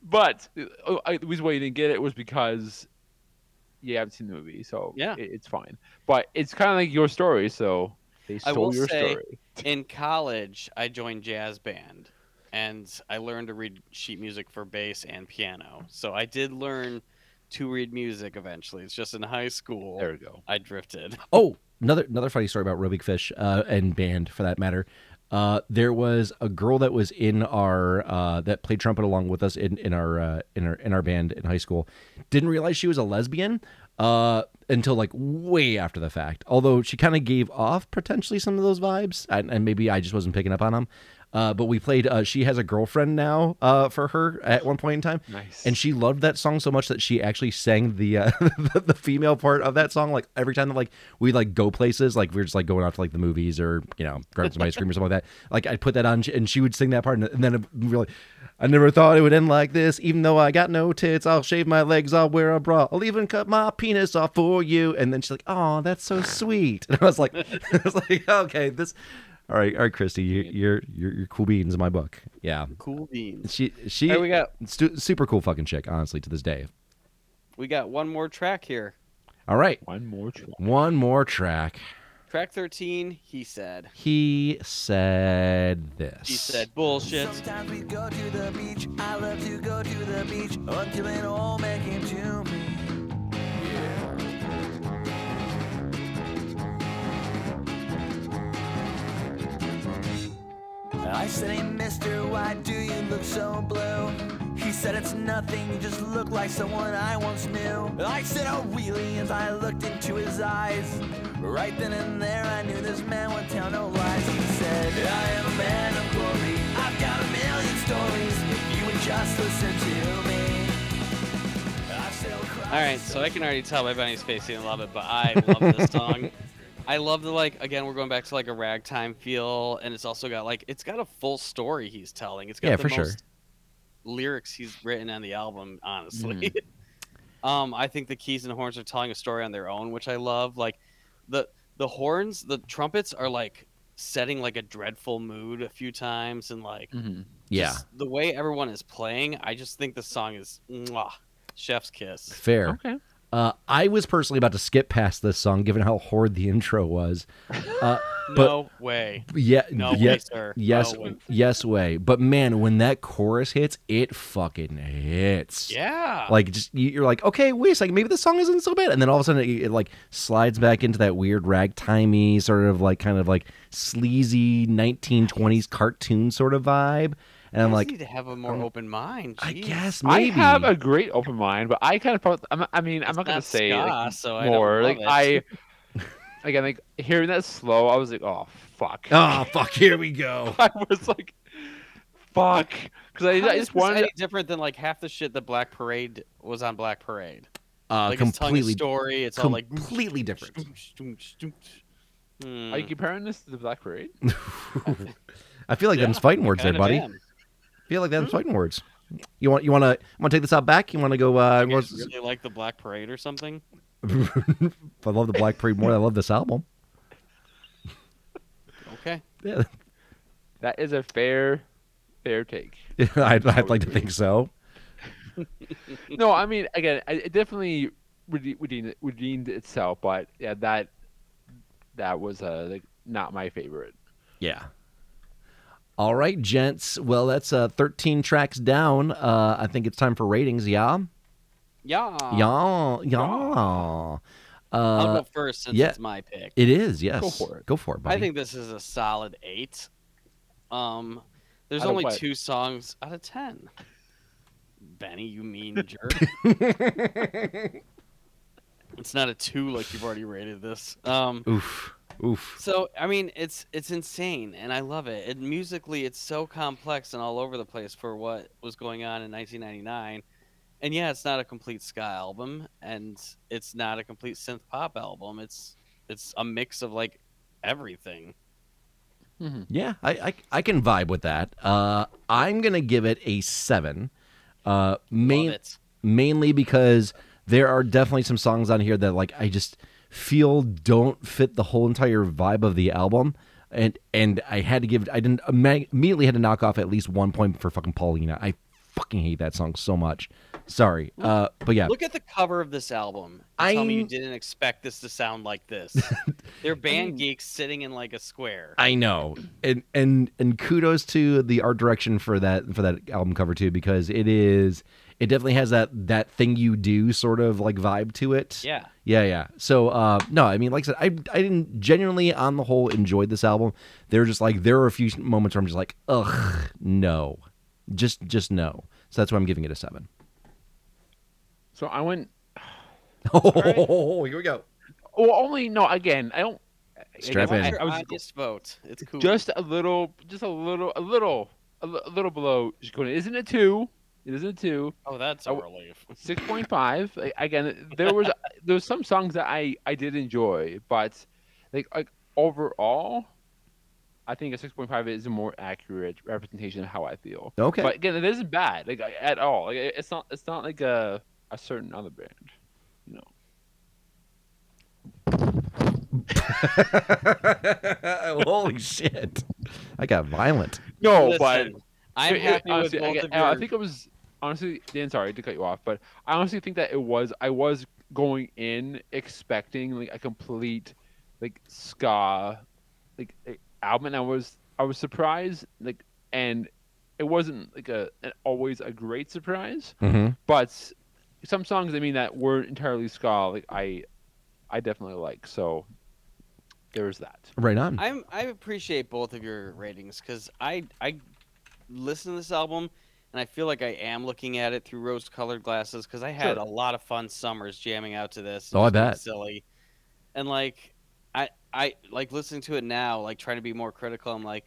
S3: but uh, I, the reason why you didn't get it was because you haven't seen the movie, so
S1: Yeah.
S3: it, it's fine. But it's kind of like your story, so they
S1: I
S3: stole
S1: will
S3: your
S1: say-
S3: story.
S1: in college, I joined jazz band, and I learned to read sheet music for bass and piano. So I did learn to read music eventually. It's just in high school
S3: There we go.
S1: I drifted.
S2: Oh, another another funny story about Rubik Fish uh, and band for that matter. Uh, there was a girl that was in our uh, that played trumpet along with us in in our uh, in our in our band in high school. Didn't realize she was a lesbian uh, until like way after the fact. Although she kind of gave off potentially some of those vibes, and, and maybe I just wasn't picking up on them. Uh, but we played. Uh, she has a girlfriend now. Uh, for her at one point in time,
S3: Nice.
S2: and she loved that song so much that she actually sang the uh, [laughs] the, the female part of that song. Like every time that like we like go places, like we were just like going out to like the movies or you know grabbing some ice cream or something like that. Like I'd put that on and she would sing that part, and, and then we were like, I never thought it would end like this. Even though I got no tits, I'll shave my legs, I'll wear a bra, I'll even cut my penis off for you. And then she's like, Oh, that's so sweet. [laughs] And I was like, I was like, okay, this. All right, all right, Christy, you, you're you're you're cool beans in my book. Yeah,
S1: Cool beans.
S2: she she
S1: Hey, we got
S2: Stu- super cool fucking chick, honestly, to this day.
S1: we got one more track here.
S2: All right,
S3: One more try.
S2: one more track.
S1: Track thirteen. He said.
S2: He said this.
S1: He said bullshit.
S4: Sometimes we go to the beach. I love to go to the beach until an old man came to me. I said, Hey, mister, why do you look so blue? He said, It's nothing, you just look like someone I once knew. I said, Oh, really? As I looked into his eyes, right then and there, I knew this man would tell no lies. He said, I am a man of glory. I've got a million stories. If you would just listen to me. I "Oh, still cry.
S1: All right, so I can already tell by Benny's face he didn't love it, but I love
S2: [laughs]
S1: this song. I love the like again. We're going back to like a ragtime feel, and it's also got like it's got a full story he's telling. It's got
S2: Yeah,
S1: the
S2: for
S1: most
S2: sure.
S1: lyrics he's written on the album. Honestly, [laughs]
S2: Mm-hmm.
S1: um, I think the keys and horns are telling a story on their own, which I love. Like the the horns, the trumpets are like setting like a dreadful mood a few times, and like
S3: Mm-hmm.
S2: Yeah,
S1: just the way everyone is playing, I just think the song is mwah, chef's kiss.
S2: fair.
S3: Okay.
S2: Uh, I was personally about to skip past this song, given how horrid the intro was. Uh, But-
S1: no way.
S2: yeah,
S1: No way,
S2: yes,
S1: sir.
S2: yes,
S1: No way.
S2: yes, way. But man, when that chorus hits, it fucking hits.
S1: Yeah.
S2: Like just you- you're like, okay, wait a second, maybe the song isn't so bad, and then all of a sudden it, it like slides back into that weird ragtimey sort of like kind of like sleazy 1920s cartoon sort of vibe, and I'm
S1: You just
S2: like,
S1: need to have a more
S2: I'm-
S1: open mind.
S2: I
S1: Jeez.
S2: guess
S3: I
S2: maybe
S3: have a great open mind, but I kind of felt. I'm, I mean, I'm
S1: It's
S3: not gonna
S1: not
S3: say
S1: ska,
S3: like,
S1: so I don't
S3: more.
S1: love
S3: like
S1: it.
S3: I,
S1: [laughs]
S3: again, like hearing that slow, [laughs] I was like, oh fuck.
S1: [laughs]
S2: oh fuck, here we go.
S3: I was like, fuck. Because I,
S1: How
S3: I
S1: is
S3: just
S1: this
S3: wanted.
S1: any different than like half the shit that Black Parade was on Black Parade.
S2: Uh,
S1: like it's telling a
S2: completely,
S1: story. It's all like [laughs]
S2: completely different.
S1: Hmm.
S3: Are you comparing this to the Black Parade?
S2: I feel like
S1: Yeah, Hmm.
S2: them's fighting words there, buddy.
S1: Am.
S2: I feel like them's fighting words. You want you want to want to take this out back? You want to go? Uh,
S1: You guys
S2: what's-
S1: really like the Black Parade or something?
S2: I love the Black Parade more. than I love this album. [laughs]
S1: Okay.
S2: Yeah,
S3: That is a fair, fair take.
S2: I'd, I'd like to think so.
S3: no, I mean, again, I- it definitely rede- redeemed, redeemed itself, but yeah, that that was uh, like not my favorite.
S2: Yeah. All right, gents. Well, that's uh, 13 tracks down. Uh, I think it's time for ratings. Yeah.
S1: Yeah.
S3: Uh,
S2: Yeah. Yeah.
S1: I'll
S2: Uh,
S1: go first since
S2: yeah.
S1: it's my pick.
S2: it is. Yes.
S3: Go for it.
S2: Go for it, buddy.
S1: I think this is a solid eight. Um, there's
S3: Out of
S1: only
S3: what?
S1: two songs out of ten. Benny, you mean
S3: [laughs]
S1: jerk. it's not a two like you've already rated this. Um,
S2: [laughs] Oof. Oof.
S1: so I mean, it's it's insane, and I love it. And musically, it's so complex and all over the place for what was going on in 1999. And yeah, it's not a complete ska album, and it's not a complete synth pop album. It's it's a mix of like everything.
S2: Yeah, I, I I can vibe with that. Uh, I'm gonna give it a seven, uh, main,
S1: Love it.
S2: mainly because there are definitely some songs on here that like I just feel don't fit the whole entire vibe of the album, and and I had to give I didn't imme- immediately had to knock off at least one point for fucking Paulina. I fucking hate that song so much. Sorry, uh, but yeah,
S1: Look at the cover of this album.
S2: I-
S1: And tell me you didn't expect this to sound like
S2: [laughs]
S1: this. They're band geeks sitting in like a square.
S2: I know, and and and kudos to the art direction for that for that album cover too, because it is it definitely has that that thing you do sort of like vibe to it.
S1: yeah.
S2: yeah, yeah. So uh, no, I mean, like I said, I I didn't genuinely on the whole enjoyed this album. They're just like there are a few moments where I'm just like, ugh, no, just just no. So that's why I'm giving it a seven. [laughs]
S3: So I went.
S2: Oh, here we go.
S3: Well, only no. Again, I don't.
S2: Strap in.
S3: again,
S1: What's your
S3: I- I was
S1: highest vote? It's cool.
S3: just a little, just a little, a little, a li- a little below. Shikuna. Isn't it two? It isn't a two.
S1: oh, that's a
S3: I-
S1: relief.
S3: Six point five. Again, there was there was some songs that I I did enjoy, but like like overall, I think a six point five is a more accurate representation of how I feel.
S2: Okay.
S3: But again, it isn't bad, like I- at all. Like it- it's not. It's not like a a certain other band. You know.
S2: [laughs] Holy shit! I got violent.
S3: No,
S1: Listen, I'm
S3: it- it-
S1: happy
S3: honestly,
S1: with both
S3: I, get-
S1: of your.
S3: I think it was honestly, Dan. Sorry to cut you off, but I honestly think that it was. I was going in expecting like a complete like ska like a- album, and I was I was surprised like and it wasn't like a an, always a great surprise.
S2: Mm-hmm.
S3: but some songs I mean that weren't entirely ska. Like I, I definitely like. So there's that.
S2: Right on.
S1: I'm I appreciate both of your ratings because I I listen to this album and I feel like I am looking at it through rose-colored glasses because I had
S3: Sure.
S1: a lot of fun summers jamming out to this.
S2: Oh, I
S1: just being
S2: bet.
S1: Silly, and like I I like listening to it now, like trying to be more critical. I'm like,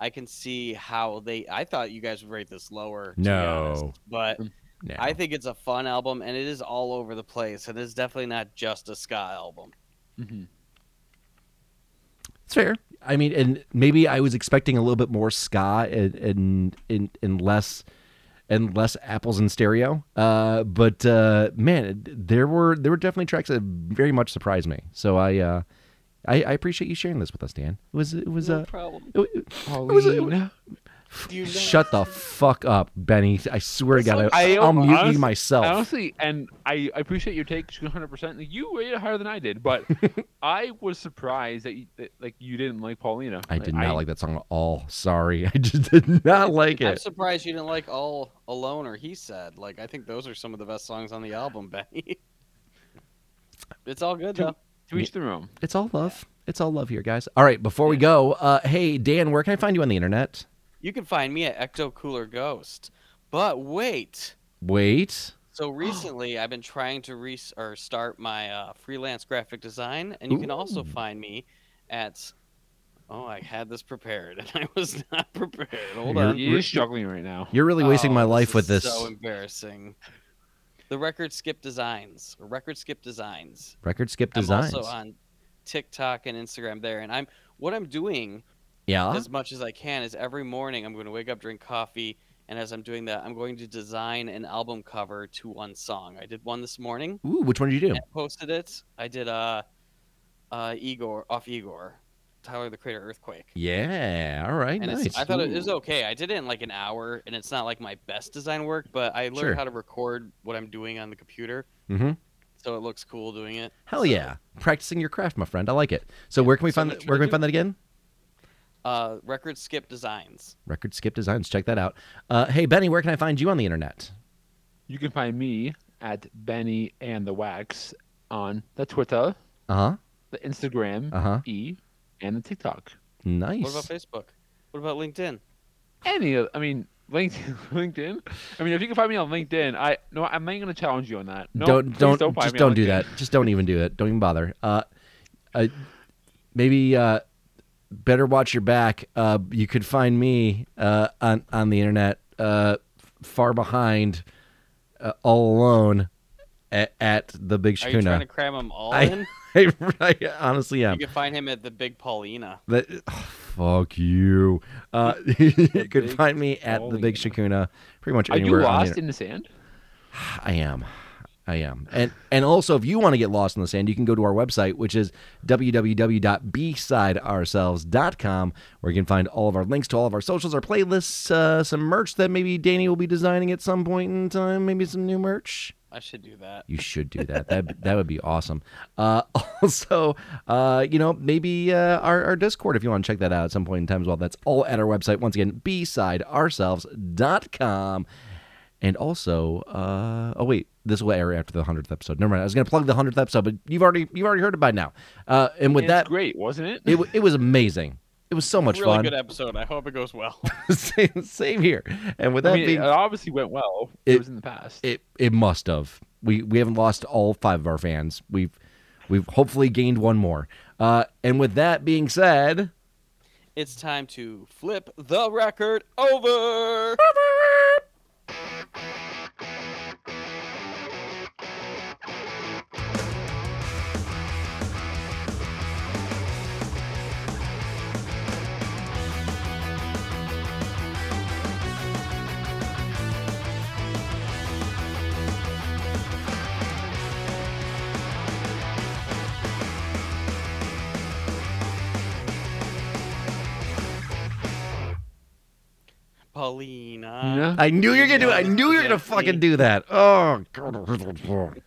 S1: I can see how they. I thought you guys would rate this lower. to be honest,
S2: No.
S1: but
S2: No.
S1: I think it's a fun album and it is all over the place and it's definitely not just a ska album.
S2: It's fair. I mean, and maybe I was expecting a little bit more ska and and and, and less and less apples in stereo. Uh, but uh, man, it- there were there were definitely tracks that very much surprised me. So I uh, I, I appreciate you sharing this with us, Dan. It was it was
S1: No
S2: uh,
S1: problem.
S2: it, it- was a-
S3: Pauline.
S1: Do you know-
S2: shut the fuck up, Benny. I swear to God, I,
S3: I-
S2: I'll mute you
S3: honest-
S2: myself.
S3: Honestly, and I, I appreciate your take 100. percent You rated it higher than I
S2: [laughs]
S3: did, but I was surprised that, you, that like you didn't like Paulina.
S2: I did not like that song at all. Sorry, [laughs] I just did not like
S1: I'm
S2: it.
S1: surprised you didn't like All Alone or He Said. Like, I think those are some of the best songs on the album, [laughs] Benny. it's all good, though.
S3: To each their own.
S2: It's all love. It's all love here, guys. All right, before we go, uh, hey Dan, where can I find you on the internet?
S1: You can find me at Ecto Cooler Ghost. But wait.
S2: Wait, [gasps]
S1: So recently, I've been trying to re- or start my uh, freelance graphic design, and you can also find me at. Oh, I had this prepared [laughs] and I was not prepared. Hold
S2: You're-
S1: on.
S3: You're struggling right now.
S2: You're really wasting
S1: Oh,
S2: my life with
S1: is
S2: this
S1: So embarrassing. The record skip designs. or Record skip designs.
S2: record skip designs.
S1: I'm also on TikTok and Instagram there, and I'm what I'm doing
S2: yeah,
S1: as much as I can is every morning I'm going to wake up, drink coffee, and as I'm doing that, I'm going to design an album cover to one song. I did one this morning
S2: ooh, which one did you do?
S1: and posted it. I did uh, uh, Igor off Igor, Tyler the Creator Earthquake.
S2: Yeah, all right,
S1: And
S2: nice.
S1: it's, I thought it
S2: Ooh.
S1: was okay. I did it in like an hour, and it's not like my best design work, but I learned
S2: Sure.
S1: how to record what I'm doing on the computer,
S2: Mhm.
S1: so it looks cool doing it.
S2: Hell
S1: So,
S2: yeah, practicing your craft, my friend. I like it. So where can we
S1: so
S2: find
S1: much
S2: that? Where
S1: for
S2: can we
S1: you.
S2: find that again?
S1: Uh, record skip designs.
S2: Record skip designs. Check that out. Uh, hey Benny, where can I find you on the internet?
S3: You can find me at Benny and the Wax on the Twitter,
S2: Uh huh.
S3: the Instagram,
S2: Uh huh.
S3: E, and the TikTok.
S2: Nice.
S1: What about Facebook? What about LinkedIn?
S3: Any of, I mean, LinkedIn. [laughs] LinkedIn. I mean, if you can find me on LinkedIn, I no, I'm not gonna challenge you on that. No,
S2: don't
S3: please
S2: don't
S3: don't find
S2: just
S3: me on
S2: don't do
S3: LinkedIn.
S2: that. Just don't even do it. Don't even bother. Uh, uh maybe uh, better watch your back. Uh, you could find me uh on on the internet uh far behind, uh, all alone, at, at the Big
S1: Are you trying to
S2: Shakuna.
S1: cram them all
S2: I-
S1: in?
S2: [laughs] I, honestly am.
S1: You can find him at the Big Paulina.
S2: That, fuck you. Uh, [laughs] you could
S3: Big
S2: find me at the Big Shakuna. Pretty much
S3: Are you
S2: anywhere. on the internet.
S3: lost in the sand?
S2: I am. I am. And and also if you want to get lost in the sand, you can go to our website, which is www.bsideourselves.com, where you can find all of our links to all of our socials, our playlists, uh, some merch that maybe Danny will be designing at some point in time, maybe some new merch.
S1: I should do that.
S2: You should do that. That that would be awesome. Uh, [laughs] also, uh, you know, maybe uh, our, our Discord if you want to check that out at some point in time as well. That's all at our website. Once again, bsideourselves.com. And also, uh, oh wait, this will air after the hundredth episode. Never mind. I was gonna plug the hundredth episode, but you've already you've already heard it by now. Uh, and with
S3: It's
S2: that,
S3: great, wasn't it?
S2: it w- it was amazing. It was so much
S1: really
S2: [laughs] fun.
S1: good episode. I hope it goes well. [laughs]
S2: same, same here. And with that
S3: I mean,
S2: being
S1: uh,
S3: it obviously went well.
S2: It-
S3: It, was in the past.
S2: it it must have. We we haven't lost all five of our fans. We've we've hopefully gained one more. Uh, and with that being said,
S1: it's time to flip the record over. Paulina.
S3: Yeah. Uh,
S2: I knew you were gonna do it. I knew you were gonna fucking do that. Oh, God.